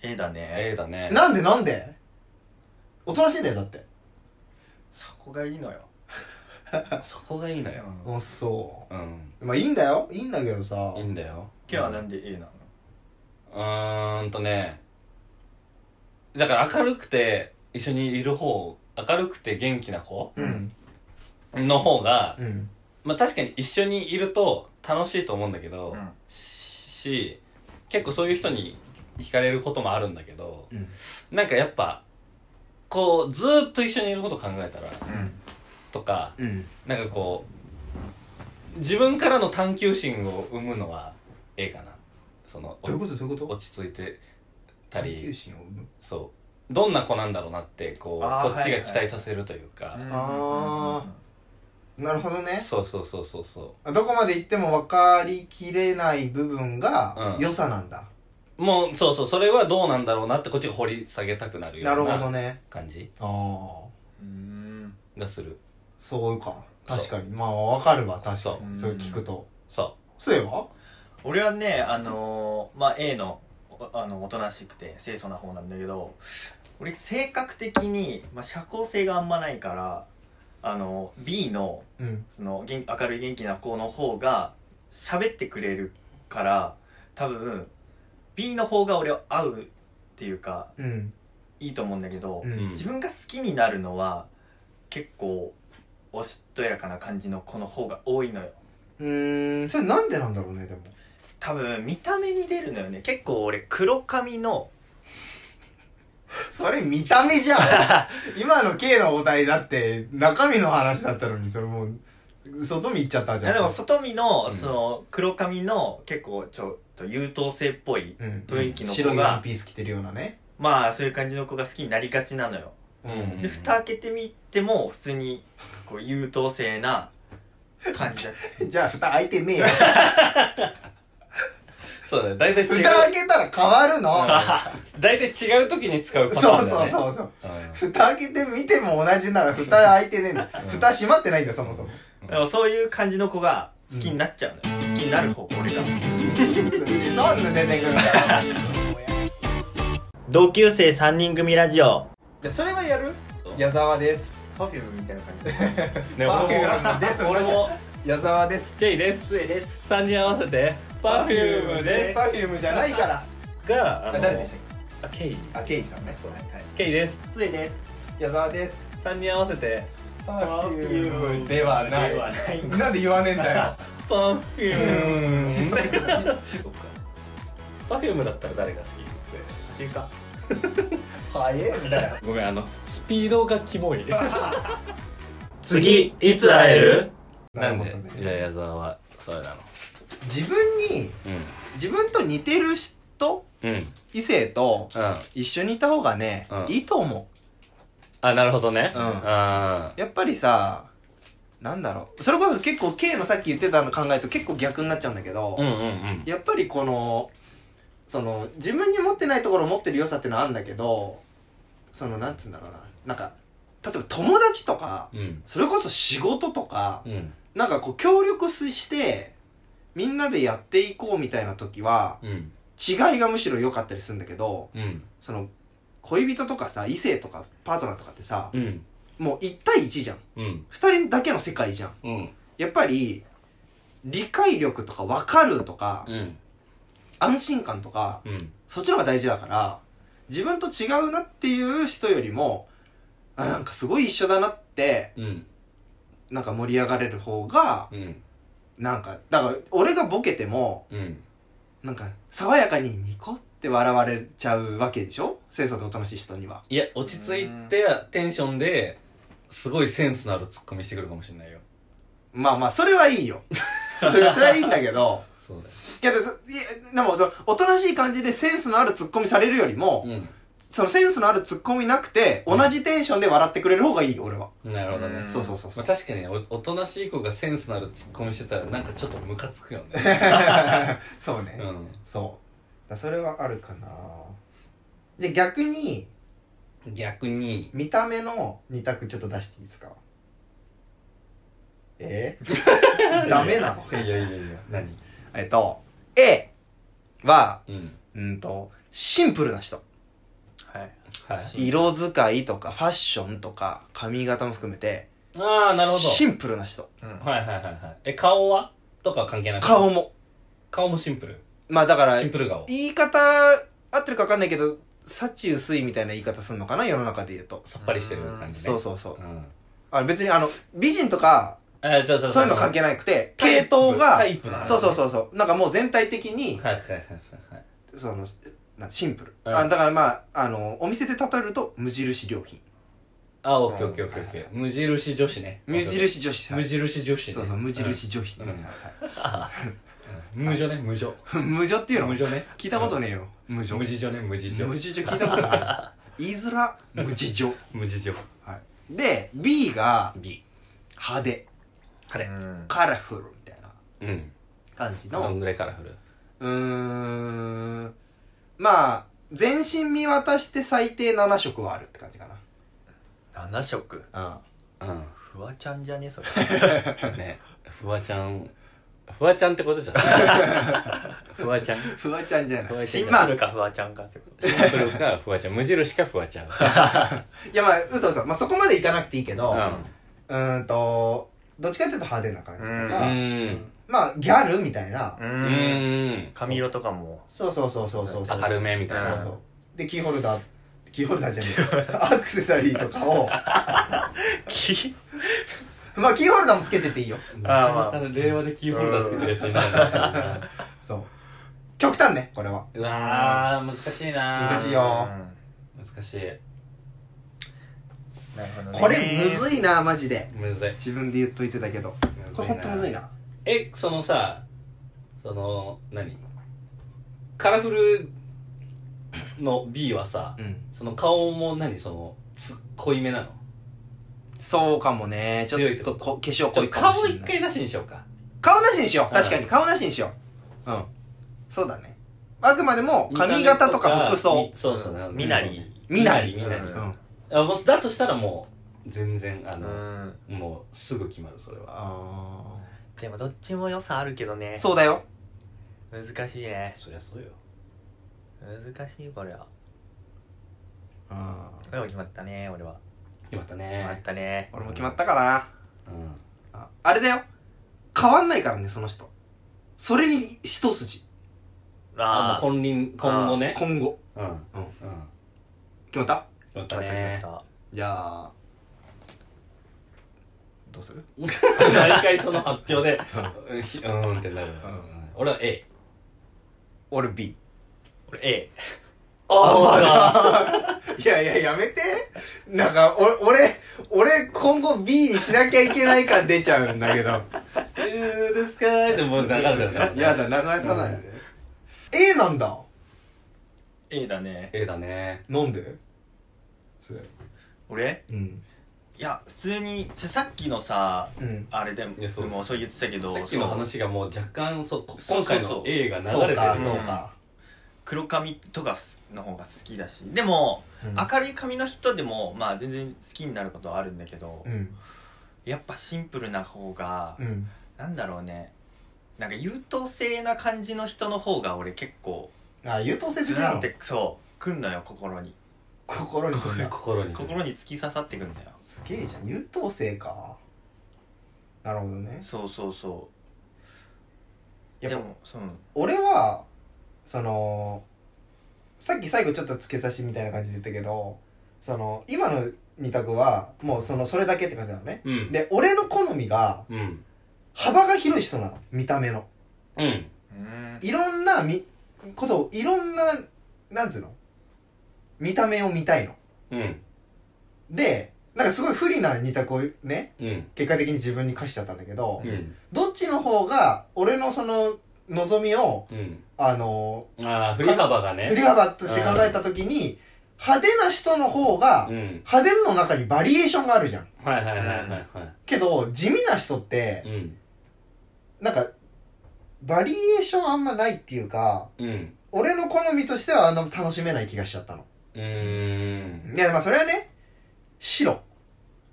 C: A だね
A: A だね。
B: なんでなんでおとなしいんだよ、だって。
C: そこがいいのよ、
A: そこがいいのよ。
C: 今
B: あ、そ
A: うん。
B: う。まあ、いいんだよ。いいんだけどさ
A: いい。んだよ。
C: 日はなんで A なの
A: うーんとね、だから明るくて一緒にいる方、明るくて元気な子
B: うん。
A: の方が、
B: うん。
A: まあ確かに一緒にいると楽しいと思うんだけど、
C: うん
A: し、結構そういう人に惹かれることもあるんだけど、
B: うん
A: なんかやっぱ、こう、ずーっと一緒にいること考えたら、
C: うん
A: とか、
B: うん。
A: なんかこう、自分からの探求心を生むのは、ええかな。その、
B: どういうことどういうこと
A: 落ち着いてたり。
B: 探求心を生む。
A: そうどんな子なんだろうなってこう
C: あー
A: こっち
C: は
A: が
C: いはい
A: 期待させるというか、
B: あなるほどね。
A: そうそうそうそうそ
B: どこまで行っても分かりきれない部分が
A: うん
B: 良さなんだ、
A: うもうそうそうそれはどうなんだろうなってこっちが掘り下げたくなるよ
B: なる
A: う
B: ほど
A: な
B: ね
A: 感じ
B: ああ
C: うんうん
A: がする
B: そうか
A: そう
B: 確かにまあ分かるわ確か
A: そ
B: に
C: う
B: それ聞くと
A: そ
B: そういえば
C: 俺はねあのーまあ A のおあのおとなしくて清楚な方なんだけど俺性格的に、まあ、社交性があんまないからあの B の
F: うん
C: その元明るい元気な子の方が喋ってくれるから多分 B の方が俺は合うっていうか
F: うん
C: いいと思うんだけど、
F: うん
C: 自分が好きになるのは結構おしとやかな感じの子の方が多いのよ
F: うーんそれなんでなんだろうねでも
C: 多分見た目に出るのよね結構俺黒髪の
B: それ見た目じゃん今の K のお題だって中身の話だったのにそれもう外見行っちゃったじゃん
C: でも外見の、
A: うん
C: その黒髪の結構ちょっと優等生っぽい
B: うん
C: 雰囲気の子
B: 白いワン
C: が、
B: ピース着てるようなね
C: まあそういう感じの子が好きになりがちなのよ、
B: う
A: うん
C: で蓋開けてみても普通にこう優等生な感じだ
B: じゃあ蓋開いてねえよ
A: そうだね。大体違う
B: 蓋。開けたら変わるの、
A: 大体違う時に使うパタ
B: そ
A: ー
B: う
A: ンだ
B: そ
A: よ
B: う
A: ね。
B: そうそ
A: う
B: う
A: ん
B: 蓋開けてみても同じなら蓋開いてねえんだ蓋閉まってないんだよそもそも
C: でも そういう感じの子が好きになっちゃうのよ、好きになる方俺が
B: シソンヌ出てくるんだよ
C: 同級生3人組ラジオ
B: じゃあそれはやる矢沢ですパフュームみたいな感じ
A: ね、
B: パフュ
A: 俺
B: ームです
A: も、俺も、
B: 矢沢です
A: ケイです。スエです。3人合わせて、パフュームです。
B: パフュームじゃないから
A: が、
B: あ誰でしたっ
A: たケイ。
B: けあケイさんねはいはい
A: ケイです。
C: ついです
B: 矢沢です
A: 3人合わせて、
B: パフュームではないなんで言わねえんだよ
A: パフューム。
B: 失速してた
A: そっかパフュームだったら誰が好きスエ
C: 中華
B: 早えんだよ
A: ごめん、あの、スピードがキモい。
C: 次いつ会える
A: なんで
B: るほど、
A: じゃあ矢沢は、それなの。
B: 自分に自分と似てる人
A: うん。うん。
B: 異性と
A: うん。
B: 一緒にいた方がね、
A: うん
B: いいと思
A: あ、なるほどね。
B: うん
A: あ
B: うやっぱりさなんだろうそれこそ結構 K のさっき言ってたの考えると結構逆になっちゃうんだけど、
A: ーうんうんうん。
B: やっぱりこのその自分に持ってないところを持ってる良さってのはあるんだけどそのなんつうんだろうななんか例えば友達とか
A: うん。
B: それこそ仕事とか、
A: うん。
B: なんかこう協力すしてみんなでやっていこうみたいな時は
A: うん。
B: 違いがむしろ良かったりするんだけど
A: うん。
B: その恋人とかさ異性とかパートナーとかってさ、
A: うん。
B: もう1対1じゃん
A: うん。
B: 2人だけの世界じゃん
A: うん。
B: やっぱり理解力とか分かるとか、
A: うん。
B: 安心感とか
A: うん。
B: そっちの方が大事だから、自分と違うなっていう人よりも、あ、なんかすごい一緒だなって、
A: うん。
B: なんか盛り上がれる方が、
A: うん。
B: なんか、だから俺がボケても、
A: うん。
B: なんか爽やかにニコって笑われちゃうわけでしょ清楚でおとなしい人には。
A: いや、落ち着いて、テンションで、すごいセンスのあるツッコミしてくるかもしれないよ。
B: まあまあ、それはいいよ。それそれはいいんだけど、
A: そうだよ。
B: いやでそいやでもその、おとなしい感じでセンスのあるツッコミされるよりも、そのセンスのあるツッコミなくて、同じテンションで笑ってくれる方がいいよ、俺は。
A: うん。なるほどね
C: ん。
B: そうそ うそうそう
A: まあ、。確かにお、おとなしい子がセンスのあるツッコミしてたら、なんかちょっとムカつくよ ね。
B: そうね
A: うん。
B: そう。だそれはあるかなじゃあ逆に、
A: 逆に、
B: 見た目の2択ちょっと出していいですか えーダメなの
A: いやいやいやいや、何
B: えっと、A は、
A: うん。
B: うんと、シンプルな人。
C: はい
A: はい。
B: 色使いとかファッションとか髪型も含めて、
A: ああ、なるほ
B: シ
A: ど。
B: ンプルな人。
A: はいはいはいはい。え、顔はとか関係なく
B: 顔も。
A: 顔もシンプル。
B: まあだから
A: シン、プル顔。
B: 言い方合ってるか分かんないけど、幸薄いみたいな言い方するのかな世の中で言うと。
A: さっぱりしてる感じね。
B: そうそうそう。
A: うん。
B: あの別にあの、美人とか、
A: え、じゃあ、じゃあ、
B: そういうの関係なくて、系統が
A: タ、イプなの
B: そうそうそうそう、なんかもう全体的に、
A: はいはいはいはい。
B: その、なんシンプル。
A: うん
B: あだからまあ、あの、お店で例えると、無印良品。
A: あ、オッケーオッケーオッケーオッケー。無印女子ね。
B: 無。印女子さん。
A: 無印女子ね。
B: そうそう、無印女子。
A: うん
B: はいはい
A: うん。無女ね、無女。
B: 無女っていうの
A: 無女ね。
B: 聞いたことねえよ。無女。
A: 無女ね、無女。
B: 無女聞いたことない。言いづら、無女。
A: 無女。
B: で、B が、
A: B。
B: 派手。
A: あれ。
B: カラフルみたいな
A: うん。
B: 感じ
A: ど
B: の
A: ん。ぐらいカラフル
B: うーん。まあ、全身見渡して最低7色はあるって感じかな。
C: 7色
B: うん。
A: う
C: フワちゃんじゃねそれ
A: ん。ね。フワちゃんフワちゃんってことじ ゃん。フワちゃん。
B: フワちゃんじゃない
A: フワちゃん
C: シン
A: じ
C: プ
A: ゃ
C: ルかフワちゃんかってこと
A: ん。シンプルかフワちゃん。無印かフワちゃん。
B: いやまあ嘘嘘まあそこまでいかなくていいけど
A: う
B: うーんとどっちかっていうと派手な感じと
A: ん。う
B: か
A: ん。
B: まあギャルみたいな
C: う
A: うんん。
C: 髪色とかも
B: そうそうそうそうそうそう
A: 明るめみたい
B: そう
A: な。
B: そうでキーホルダーキーホルダーじゃねえ アクセサリーとかを
C: き
B: まあキーホルダーもつけてていいよ
A: なかなか令和でキーホルダーつけてるやついないな。
B: そう極端ねこれは
A: うわー、難しいな
B: 難しいよ
A: 難しい。
C: なるほどね
B: これむずいなマジで
A: むずい。
B: 自分で言っといてたけどこれほんとむずい。な
A: え、そのさ、その、何カラフルの B はさ、
B: うん
A: その顔も何その、つっこいめなの
B: そうかもねち
A: 強
B: ょ
A: い
B: っ
A: って
B: と
A: こと
B: こ化粧
A: ち
B: 濃
A: ょ
B: いか
A: 顔
B: もしれ
A: 一
B: ない
A: 回なしにしようか。
B: 顔なしにしよう確か
A: う
B: に顔なしにしよううんそうだねあくまでも髪型とか服装
A: みそうそう
C: 身なり
B: 身なり
A: 身なり
C: う
B: うんん
A: あもうだとしたらもう全然あ
C: う
A: の、
C: ん
A: もうすぐ決まるそれは
B: あ
C: でもどっちも良さあるけどね
B: ーそうだよ
C: 難しいね
A: そりゃそうよ
C: 難しいこれは
B: うん
C: でも決まったね俺は
A: 決まった
C: 決まっ
A: ね
C: たね
B: 俺も決まったかな
A: うん
B: ああれだよ変わんないからねその人それに一筋
A: あ
C: あ
A: もう金輪今後ね
B: 今後
A: うんうん
B: うん
A: 決
B: 決まった
A: まっ
C: 決
A: た
C: まった
A: ね
C: 決まっ
B: じゃあどうする
A: 毎回その発表でうーんってなる、
B: ん
A: 俺は A
B: 俺 B
C: た俺 A
B: いやいややめてなんかお俺俺今後 B にしなきゃいけない感出ちゃうんだけど
A: えーですかーってもう流れてるから
B: やだ流さないで、A なんだ
C: A だね
A: A だね
B: なんでそれ
C: 俺
B: うん
C: いや普通にさっきのさ
B: うん
C: あれでも
A: いやそうです
C: もうそう言ってたけど
A: さっきの
C: その
A: 話がもう若干そうこ
C: そうそうそう
A: 今回の A が流れて
B: そう
A: る
B: かそうか、
C: 黒髪とかの方が好きだしでも、
B: うん
C: 明るい髪の人でもまあ全然好きになることはあるんだけど、
B: うん
C: やっぱシンプルな方が、
B: うん
C: なんだろうねなんか優等生な感じの人の方が俺結構
B: あ優等生的
C: ズ
B: な
C: ンっ
B: の
C: てそうくんのよ心に
B: 心に来んだ
A: 心に
C: 心に突き刺さってくんだよ
B: すげえじゃん優等生かなるほどね
C: そうそうそ
B: や
C: う
B: っ
C: で
B: ぱ
C: もそう
B: 俺はそのさっき最後ちょっと付け足しみたいな感じで言ったけどその今の二択はもうそのそれだけって感じなのね
A: うん
B: で俺の好みが
A: うん
B: 幅が広い人なの見た目の
A: うん
C: うーん
B: いろんなみことをいろんななんつうの見た目を見たいの
A: うん
B: でなんかすごい不利な二択をね
A: うん
B: 結果的に自分に課しちゃったんだけど、
A: うん
B: どっちの方が俺のその望みを
A: うん
B: あの
A: ああ、振り幅が
B: 振り
A: ね。
B: 幅として考えた時に派手な人の方が
A: うん。
B: 派手の中にバリエーションがあるじゃん
A: はいはいはいはいは
B: けど地味な人って
A: い。うん。
B: なんかバリエーションあんまないっていうか
A: うん。
B: 俺の好みとしてはあの楽しめない気がしちゃったの
A: うーん。
B: いやまあそれはね白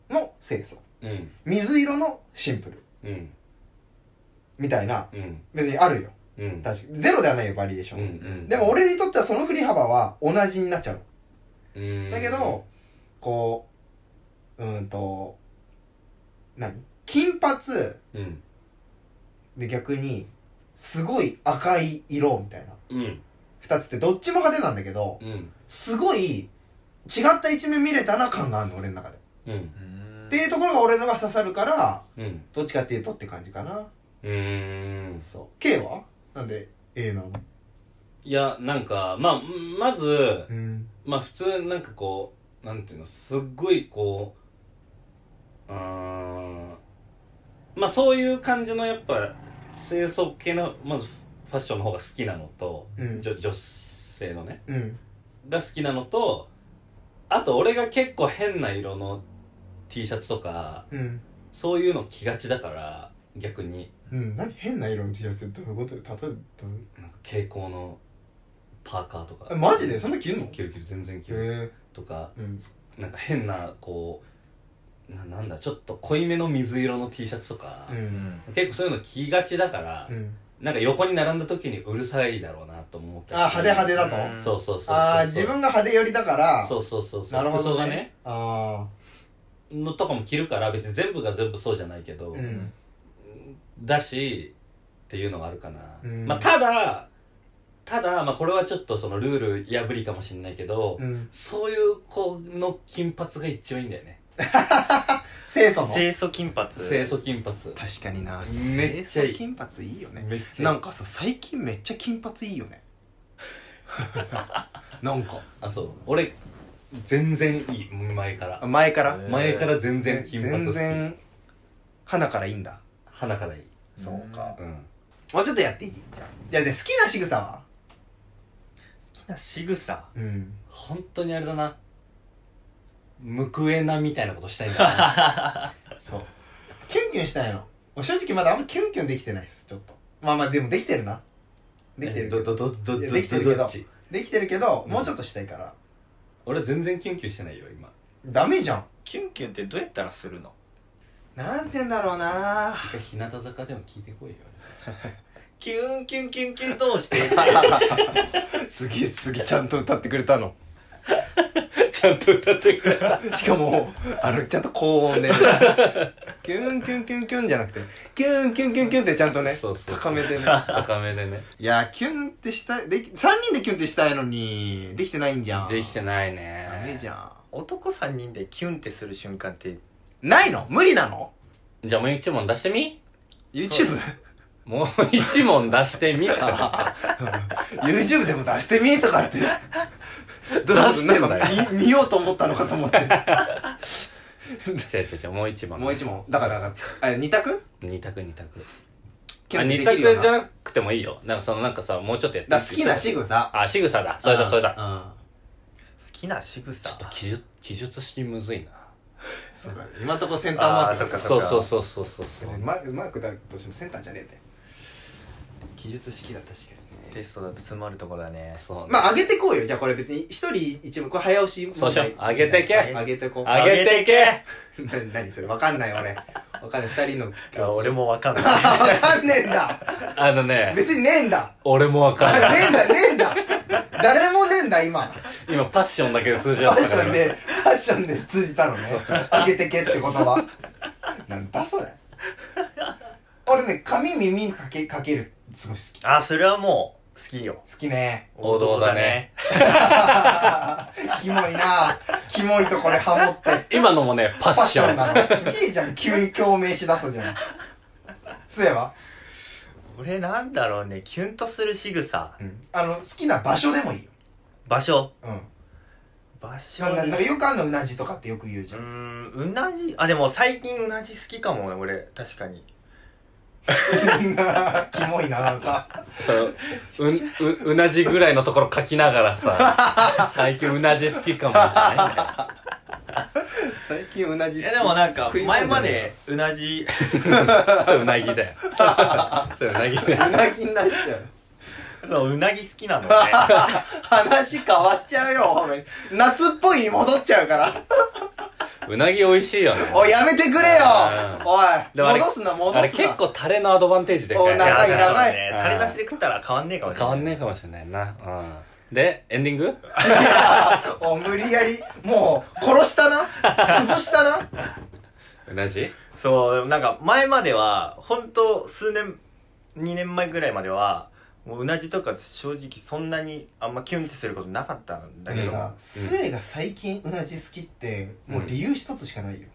B: の清楚
A: うん。
B: 水色のシンプル
A: うん。
B: みたいな
A: うん。
B: 別にあるよ
A: うん。
B: 確かにゼロではないよバリエーショ
A: う
B: ン、
A: ん。
B: でも、俺にとってはその振り幅は同じになっちゃう
A: うん。
B: だけど、こう、うーんと、何金髪
A: うん。
B: で逆に、すごい赤い色みたいな。
A: うん。
B: 二つってどっちも派手なんだけど、
A: うん。
B: すごい違った一面見れたな感があるの、俺の中で。
A: うん。
C: うーん
B: っていうところが俺のが刺さるから、
A: うん。
B: どっちかっていうとって感じかな。
A: うん。
B: そう。K はなんで A なの
A: いや、なんか、まあ、まず、
B: うん。
A: まあ普通、なんかこう、なんていうの、すっごいこう、うーん。まあそういう感じの、やっぱ、清楚系の、まず、ファッションの方が好きなのと、
B: うん
A: 女女性のね。
B: うん。
A: が好きなのとあと俺が結構変な色の T シャツとか
B: うん。
A: そういうの着がちだから逆に
B: うん。何変な色の T シャツってどういうこと例えばどういう
A: なんか蛍光のパーカーと
B: え
A: か
B: マジでそんな着るの
A: 着る着る全然着る
B: え
A: とか
B: うん。
A: なんか変なこななんだちょっと濃いめの水色の T シャツとか、
C: うん
A: 結構そういうの着がちだから、
F: うん
A: なんか横に並んだ時にうるさいだろうなと思って
F: あ派手派手だと、
C: うん
A: そうそうそうそう
F: ああ自分が派手寄りだから
A: そうそうそうそう
F: なるほ
A: 服装
F: ど
A: が
F: ね
A: ね
F: あ
A: のとかも着るから別に全部が全部そうじゃないけど、
F: あうん
A: だしっていうのはあるかな、
F: うん
A: まあ、ただただ、まあ、これはちょっとそのルール破りかもしれないけど、
F: うん
A: そういう子の金髪が一番いいんだよね
F: 清楚の
C: 清楚金髪
A: 清楚金髪
B: 確かにな
A: めっちゃいい
B: 清楚金髪いいよね
A: めっちゃいい
B: なんかさ最近めっちゃ金髪いいよ ねなんか
A: あそう俺全然いい前から
B: あ前から
C: え
A: 前から全然金髪好
B: 全
A: き
B: 然花からいいんだ
A: 鼻からいい
B: そうか
A: うん
B: もうちょっとやっていいじゃあいやで好きな仕草は
C: 好きな仕草
B: うん
A: 本当にあれだな報えなみたいなことしたいんだな
B: そう
F: キュンキュンしたいのもう正直まだあんまキュンキュンできてないですちょっとまあまあでもできてるなできてる
A: どどどどど
F: いや
A: ど
F: できてるけど
A: どっち
F: できてるけど、
A: うん
F: もうちょっとしたいから
A: 俺全然キュンキュンしてないよ今
F: ダメじゃん
C: キュンキュンってどうやったらするの
B: なんて言うんだろうな
A: 一回日向坂でも聞いてこいよ
C: キュンキュンキュンキュンどうして
B: すげえすげえちゃんと歌ってくれた の
A: ちゃんと歌ってくれた。
B: しかもあのちゃんと高 音でキュンキュンキュンキュンじゃなくてキュンキュンキュンキュンってちゃんとね
A: そうそう
B: 高め でね
A: 高めでね。
B: いやキュンってしたいでき3人でキュンってしたいのにできてないんじゃん
A: できてない
B: ダメじ
A: ね。
B: ゃ
C: 男3人でキュンってする瞬間って
B: んないの無理なの
A: じゃあもう一問出してみ
B: YouTube?
A: もう一問出してみ
B: YouTube でも出してみとかってどう
A: 出してんだよ
B: なんか見見ようと思ったのかと思って
A: 違う違う違う、もう一問。
B: もう一問だからだからあれ2択
A: 二択二択。
B: キュ
A: あ
B: ンって
A: 二
B: できるよう
A: 択
B: な
A: じゃ
B: だか
A: なくてもいいよ。なんかそのなんかさ、もうちょっとやって
B: ら好きな仕
A: 草。
B: 草
A: あ、仕草だ。それだそれだ。
B: うん
C: 好きな仕草
A: ちょっと記述、記述式むずいな。
B: そうだね今んとこセンターマークだ
C: あーそっかそっか
A: そうそうそうそうそう。
B: 別にママークだとしてもセンターじゃねえんだよ技術式だ確かにね
C: テストだと詰まるとこだね
A: そうね。
B: まあ上げてこうよじゃあこれ別に一人一問これ早押し問題
A: そうしよう上げてけ
B: 上げてこう
A: 上げてけ
B: な何それわかんない俺わかんない二人の
C: いや俺もわかんない
B: あ わかんねえんだ
A: あのね、
B: 別にねえんだ
A: 俺もわか
B: あ
A: る
B: ね。えんだねえんだ誰もねえんだ今
A: 今パッションだけで通じ
B: フ
A: 合
B: ァ
A: っ
B: ッ
A: た
B: シ
A: から
B: ョン。でファッションで通じたのね上げてけって言葉なんだそれ俺ね髪耳かけかけるすごい好き
C: あそれはもう好きよ
B: 好きね
A: 王道だね
B: キモいなキモいとこでハモって。
A: 今のもね、パ
B: パ
A: ッ
B: ッ
A: シ
B: シ
A: ョ
B: ョ
A: ン
B: ン。なの。すげえじゃん。急に共鳴しだすじゃん。そういえば、
C: 俺なんだろうねキュンとする仕草
B: あの、好きな場所でもいいよ。
C: 場所
B: うん。
C: 場所
B: な
C: ね
B: なんかよくあんの、うなじとかってよく言うじ
C: う
B: ゃん。
C: ーんうなじあでも最近うなじ好きかもね俺確かに
B: キモいな、なんか。
A: そのう、う、うなじぐらいのところ書きながら さ、最近うなじ好きかもしれないみたいな。
B: 最近うなじ
C: いやでもなんか前まで
B: う
C: うなじ
A: それうなぎだよ。それうなぎだよ。
B: なぎになっちゃう。
C: そううなぎ好きなのね
B: 話変わっちゃうよ、ほんまに夏っぽいに戻っちゃうから。
A: うなぎ美味しいよね。
B: おい、やめてくれ
A: うんで
B: よ
A: もあ
B: お
A: れ
B: い戻すな、戻すな。
A: あれ結構タレのアドバンテージでか
B: お
A: い。
B: 長い
A: いや
B: 長い
C: そうね垂れ出しで食ったら変わんねえかもしれ
A: 変
C: ない
A: わんねえかもしれないな。うん。で、エンディング
B: お無理やりもう殺したな潰したな
A: うなじ
C: そうなんか前までは本当数年2年前ぐらいまではもううなじとか正直そんなにあんまキュンってすることなかったんだ
B: だ
C: け
B: け
C: ど、
B: どさスウェイが最近うなじ好きってもう理由一つしかないよ、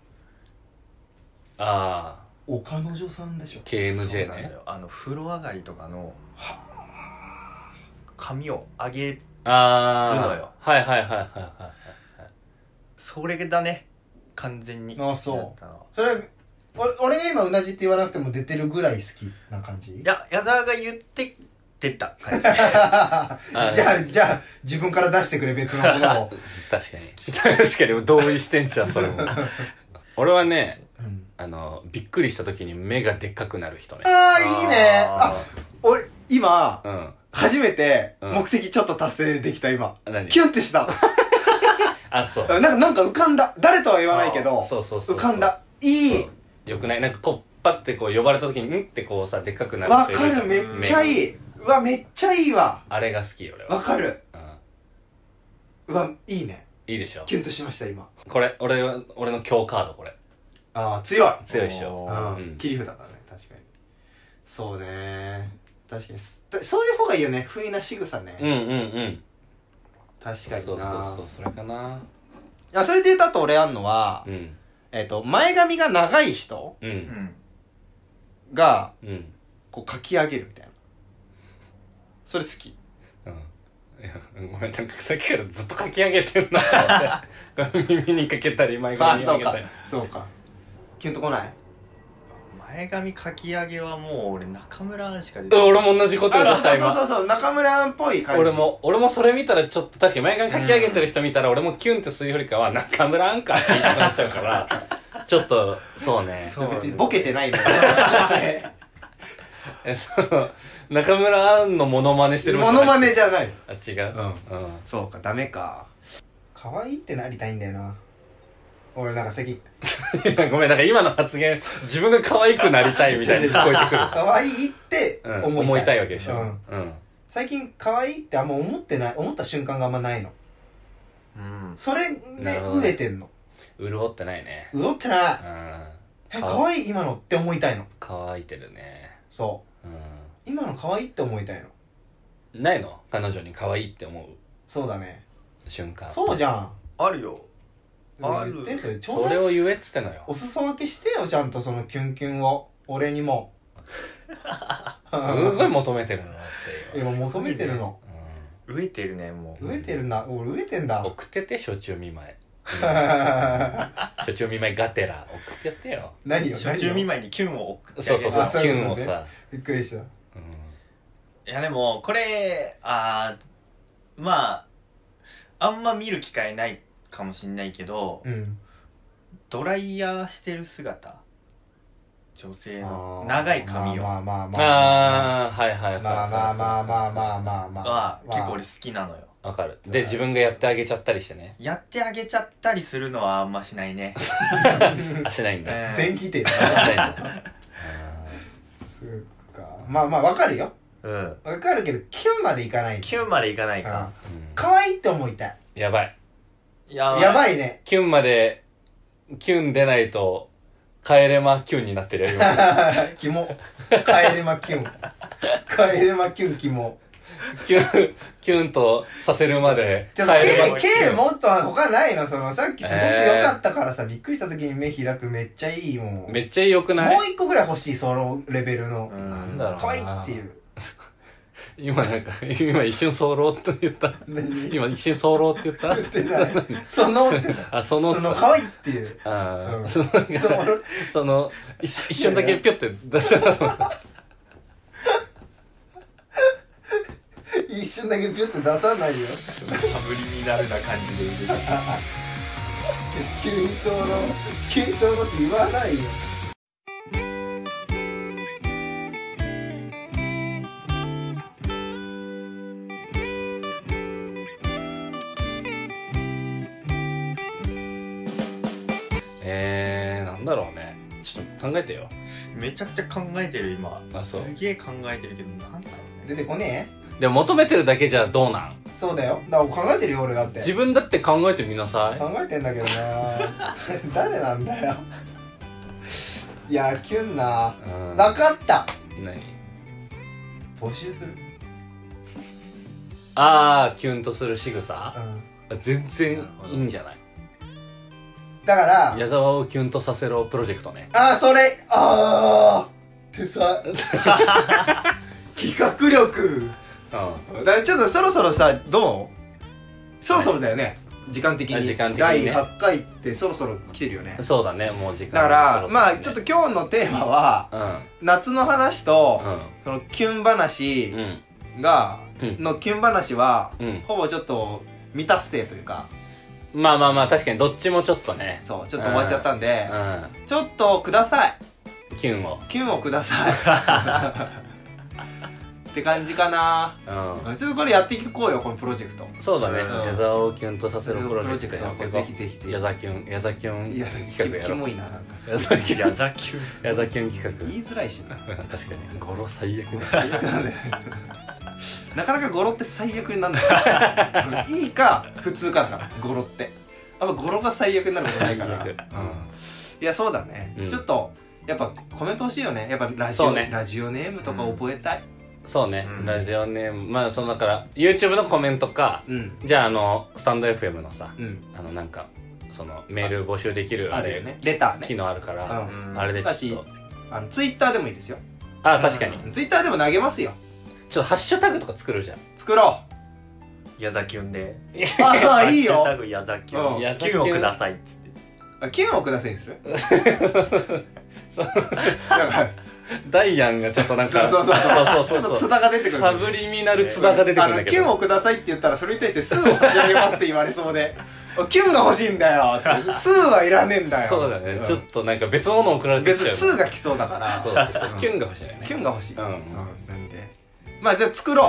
A: ああ、
B: お彼女さんでしょ
A: KNJ
C: そうなんだ
A: ね。
C: よあの風呂上がりとかの髪を上げ
A: ああ。
C: いるのよ
A: はいはいはいはいはい。
C: それだね完全に
B: あそう
C: だったのは
B: それお俺が今うなじって言わなくても出てるぐらい好きな感じ
C: いや矢沢が言って出た感 じ
B: じゃあじゃあ自分から出してくれ別のもの を、
A: 確かに。 確かに同意してんじゃん、それも。 俺はね、
B: うん
A: あの、びっくりした時に目がでっかくなる人ね。
B: ああいいねあ俺今
A: うん。
B: 初めて
A: うん
B: 目的ちょっと達成できた今、
A: 何
B: キュンってした
A: あ、そう。
B: なんか、なんか浮かんだ。誰とは言わないけど、
A: そうそうそう。
B: 浮かん。だ。いい。
A: よくないなんかこう、パってこう呼ばれた時に、んってこうさ、でっかくなる
B: わ
A: 人
B: か
A: いじゃ
B: る。
A: ん
B: めっちゃ
A: 目
B: いい。うわ、めっちゃいいわ。
A: あれが好き、俺は。
B: わかる。
A: うん
B: うわ、いいね。
A: いいでしょ
B: キュンとしました、今。
A: これ、俺は、俺の強カード、これ。
B: ああ、強い。
A: 強いでしょ。
B: う
A: うん
B: ん。切り札だね、確かに。そうね。確かに。すだそういう方がいいよね。不意な仕草ね。
A: うんうんうん。
B: 確
A: そ
B: か
A: うそ
B: に
A: う
B: な
A: そう、。それかな。
B: あそれで言うと、あと俺あんのは
A: う、ん。
B: えっと、前髪が長い人
A: う。
C: うんん
B: が、
A: うん。
B: こう、かき上げるみたいな。それ好き。
A: うん。いやごめん、なんかさっきからずっと書き上げてるな と思って。耳にかけたり、前
B: ああ、
A: 髪に
B: そ
A: か
B: う
A: けた
B: か
A: り。。
B: そうか。キュンとこない
C: 前髪かき上げはもう俺中村アンしか
A: うん
C: 出ない
A: 俺も同じこと言おう
B: あ
A: とし
B: そ
A: た、
B: うそうそ
A: 今。
B: うそう、中村アンっぽい感じ。
A: 俺。も、俺もそれ見たらちょっと、確かに前髪かき上げてる人見たら、俺もキュンってするよりかは、中村アンカーって言いたくなっちゃうから、ちょっと、そうね。
C: そう
B: 別にボケてないのよ、女性。
A: え、その、中村アンのモノマネしてる
B: モノマネじゃない。
A: あ、違う。
B: う
A: うん。
B: そうか、ダメか。可愛いってなりたいんだよな。俺なんか最近、
A: ごめん、なんか 今の発言、自分が可愛くなりたいみたい に聞こえてくる。
B: 可愛いって
A: うん、
B: 思いたい。
A: 思いたいわけでしょ。
B: うん。
A: うん。
B: 最近、可愛いってあんま思ってない、思った瞬間があんまないの。
C: うん
B: それで
A: なるほど
B: 飢えてんの。
A: 潤ってないね。
B: うおってな
A: うん。
B: い。え、可愛い今のって思いたいの。
A: 乾いてるね。
B: そ
A: うん。
B: う。今の可愛いって思いたいの。
A: ないの彼女に可愛いって思う
B: そうだね。
A: 瞬間。
B: そうじゃん。
C: あるよある
B: 言って、それちょう
A: そ
B: だ
A: れ
B: い。
A: を言えっつってのよ
B: お。裾分けしてよ、ちゃんとそのキュンキュンを。俺にも。
A: すごい求めてるのだって今。
B: 今求めてるの。
A: う
C: 飢えてるねもう
B: 飢えてるな。俺飢えてんだ
A: ん。。送ってて、しょちゅう見 舞い。
B: 何
A: しょちゅう見舞いがてら。送ってやってよ。
B: よ
C: 初
B: 何
C: 中
B: よ
C: 見舞いにキュンを送ってあげる
A: そうそうそう、
B: あ
A: キ
B: そういう
A: ュン
B: こ
A: を
B: とね
A: さ。
B: びっくりした。
A: うん
C: いやでもこれあーまああんま見る機会ないかもしんないけど、
B: うん。
C: ドライヤーしてる姿女性の長い髪を
B: まあまあまあ。
A: あー、はいはいはいはい。
B: まあまあまあまあまあまあまあ。
C: は結構俺好きなのよ
A: わかる。で、自分がやってあげちゃったりしてね。
C: やってあげちゃったりするのはあんましないね
A: あ、しないんだ。
C: えー
B: 全否定。
A: しないんだ。
B: すっか。まあまあわかるよ。
C: うん
B: わかるけど、キュンまでいかない。
C: キュンまでいかないか、
A: うん
B: 可愛いって思いたい。
A: やばい。
C: やばい
B: やばいね。
A: キュンまで、キュン出ないと、帰れまキュンになってるよ、 今
B: キモ。カエレマキュン。カエレマキュンキモ。
A: キュン、キュンとさせるまで、
B: ち
A: 帰
B: ょ
A: れ
B: っと、
A: ま
B: K、
A: キュ
B: K
A: ン。
B: もっと他ないのその、さっきすごく良かったからさ、びっくりした時に目開くめっちゃいいもん。もう
A: めっちゃ良くない
B: 一個ぐらい欲しい、そのレベルの
C: う。ん
A: なんだろうな。
B: 可愛いっていう。
A: 今なんか、今一瞬候ろうって言った。
B: 何
A: 今一瞬候ろうって言った
B: 言ってない。 そのって の。
A: あ、そのつ
B: そ
A: っ
B: の
A: た、
B: 可愛いっていう。
A: あー
B: うん
A: その、
B: その、
A: その、一一瞬だけピョって出したら、その
B: 一瞬だけピュッて出さないよ。
C: かぶりになるな感じで入れて
B: 急にその、急にそのって言わないよ。
A: えー、なんだろうね。ちょっと考えてよ。
C: めちゃくちゃ考えてる今
A: あそう
C: すげえ考えてるけどなんだろう
B: 出
C: ね
B: てこね
A: でも求めてるだけじゃどうなん
B: えそうだよ。だから考えてるよ、俺だって。
A: 自分だって考えてみなさい。
B: 考えてんだけどな 誰なんだよ。いや、キュンな
A: うん
B: わかった
A: 何
B: 募集する。
A: あー、キュンとする仕
B: う
A: 草
B: ん。
A: 全然いいんじゃない
B: だから、
A: 矢沢をキュンとさせろプロジェクトね。
B: あー、それ、あー、手さ、 企画力。
A: う
B: だからちょっとそろそろさどうそろそろだよね、時間的に
A: 時間的に
B: 第
A: ね
B: 8回ってそろそろ来てるよね
A: ん。そうだね、もう時間
B: だからまあちょっと
A: っ
B: 今日のテーマは
A: と。うん。
B: 夏の話と、
A: う
B: そのキュン話
A: ん。うん。
B: が、
A: うん
B: のキュン話は、
A: うん
B: ほぼちょっと未達成というか
A: まあまあまあ、確かにどっちもちょっとね。
B: そうちょっと終わっちゃったんで、
A: う
B: ちょっとください
A: ん。キュンを。
B: キュンをくださいって感じかな
A: う
B: ちょっとこれやっていこうよこのプロジェクト
A: ん。そうだね。
B: ん
A: 矢沢をキュンとさせるプロジェクトや
B: プ
A: けど
B: ロジェクトはぜひぜひぜひ
A: 矢沢キュン、矢沢キュン
B: いや
A: 企画や
B: キ
A: ろ
B: モ
A: う。
B: いななんかそう
A: 矢沢キュ
C: 矢
A: ン。
C: 座級っす
A: 矢沢キュン企
B: 言いづらいしな
A: 画。確かに。語呂最悪です。
B: 最悪だねなかなか語呂って最悪になるのよいいか普通かだから語呂ってあんま語呂が最悪になることな いから、うん
A: 最悪、
B: いやそうだね、
A: うん
B: ちょっとやっぱコメント欲しいよねやっぱラジオ、
A: そうね
B: ラジオネームとか覚えたい
A: そうね
C: う。ん
A: ラジオネーム。まあ、その、だから、YouTube のコメントか、
B: うん
A: じゃあ、あの、スタンド FM のさ、
B: うん
A: あの、なんか、その、メール募集できる、
B: あ
A: あ
B: るよ
A: れ、
B: ねレター
A: 機
B: ね
A: 能あるか
B: う
A: ら、
B: ん
C: うん
A: あれでちょっと。
B: あのツイッターでもいいですよ
A: あ、確かに。
B: ツイッターでも投げますよ
A: ちょっとハッシュタグとか作るじゃん。
B: 作ろ う
C: 矢座キュンで
B: ああいい
C: ハッシュ
B: よ
C: タグ矢座キュ
B: うん
C: ン
A: 矢座
C: キ
A: キュン
C: ュンをくださいっつって
B: あキュンをくださいに するなんか
A: ダイアンがちょっとなんか、
B: そうそうそう
A: そう
B: ち
A: そ
B: ょ
A: う
B: っ
A: そ
B: と
A: う
B: 津田が出てくる
A: サブリミナル津田が出てく
B: あ
A: るん
B: の
A: だけ
B: キュン
A: ど。
B: をくださいって言ったらそれに対して「スーを差し上げます」って言われそうで 「キュンが欲しいんだよ」 って「スーはいらねえんだよ」
A: そうだね。ちょっ
B: と
A: となんか別のもの送られて
B: 別
A: きち
B: に
A: ゃう。
B: スーが来そうだから
A: そうそうそうう。
B: ん
A: キュンが欲しいよね。
B: キュンが欲しい、
A: うん
B: なんでまあじゃあ作ろう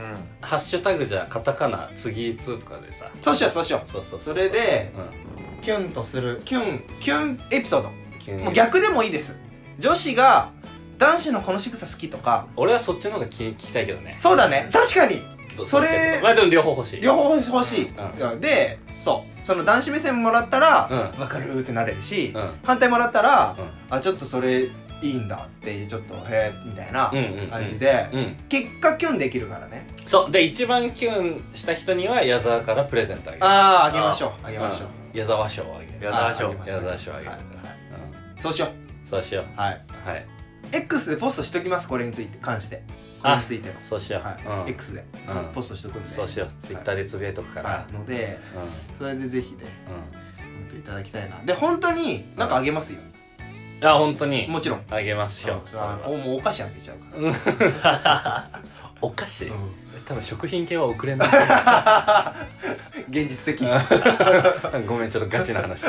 C: うん
A: ハッシュタグじゃカタカナ、次2とかでさ。
B: そうしようそうしよう
A: そうそうう
B: それ、で
A: う
B: キュンとするキュンキュンエピソード
A: ん。キュン
B: もう逆でもいいです女子が男子のこの仕草好きとか
A: 俺はそっちの方が聞聞きたいけどね。
B: そうだね確かに
A: ど
B: それ
A: どうしてもまあでも両方欲しい。
B: 両方欲しい、
A: う
B: でそうその男子目線もらったら、
A: う
B: 分かるってなれるし、
A: うん。
B: 反対もらったら、
A: うん
B: あちょっとそれいいんだっていうちょっとへえみたいな
A: うんうんうん
B: 感じで、
A: うん。
B: 結果キュンできるからね
A: そう。で、一番キュンした人には矢沢からプレゼントあげる。
B: あああげましょうあげ
A: うん、
B: ましょう、
A: 矢沢賞をあげる。
C: 矢沢
B: あ
C: 賞
B: あげましょう
A: 矢沢賞をあげるか
B: はいはい
A: ら。うん。
B: そうしよ
A: そうしよ。
B: うはいう
A: はい。
B: X でポストしときますこれについて関してこれについての
A: そうしよう。
B: はい、
A: うん。
B: X で
A: うん
B: ポストしとくんで、
A: そうしよう。ツイッターでつぶやいとくから。
B: はいのでそれでぜひね
A: うん。うん。
B: 本当いただきたいなで本当になんかあげますよ
A: あ、本当に。
B: もちろん
A: あげましょう。
B: うん
A: それは
B: おもうお菓子あげちゃうから、
A: お菓子、
B: うん
A: 多分食品系は送れない。
B: 現実的
A: ごめん、ちょっとガチな話。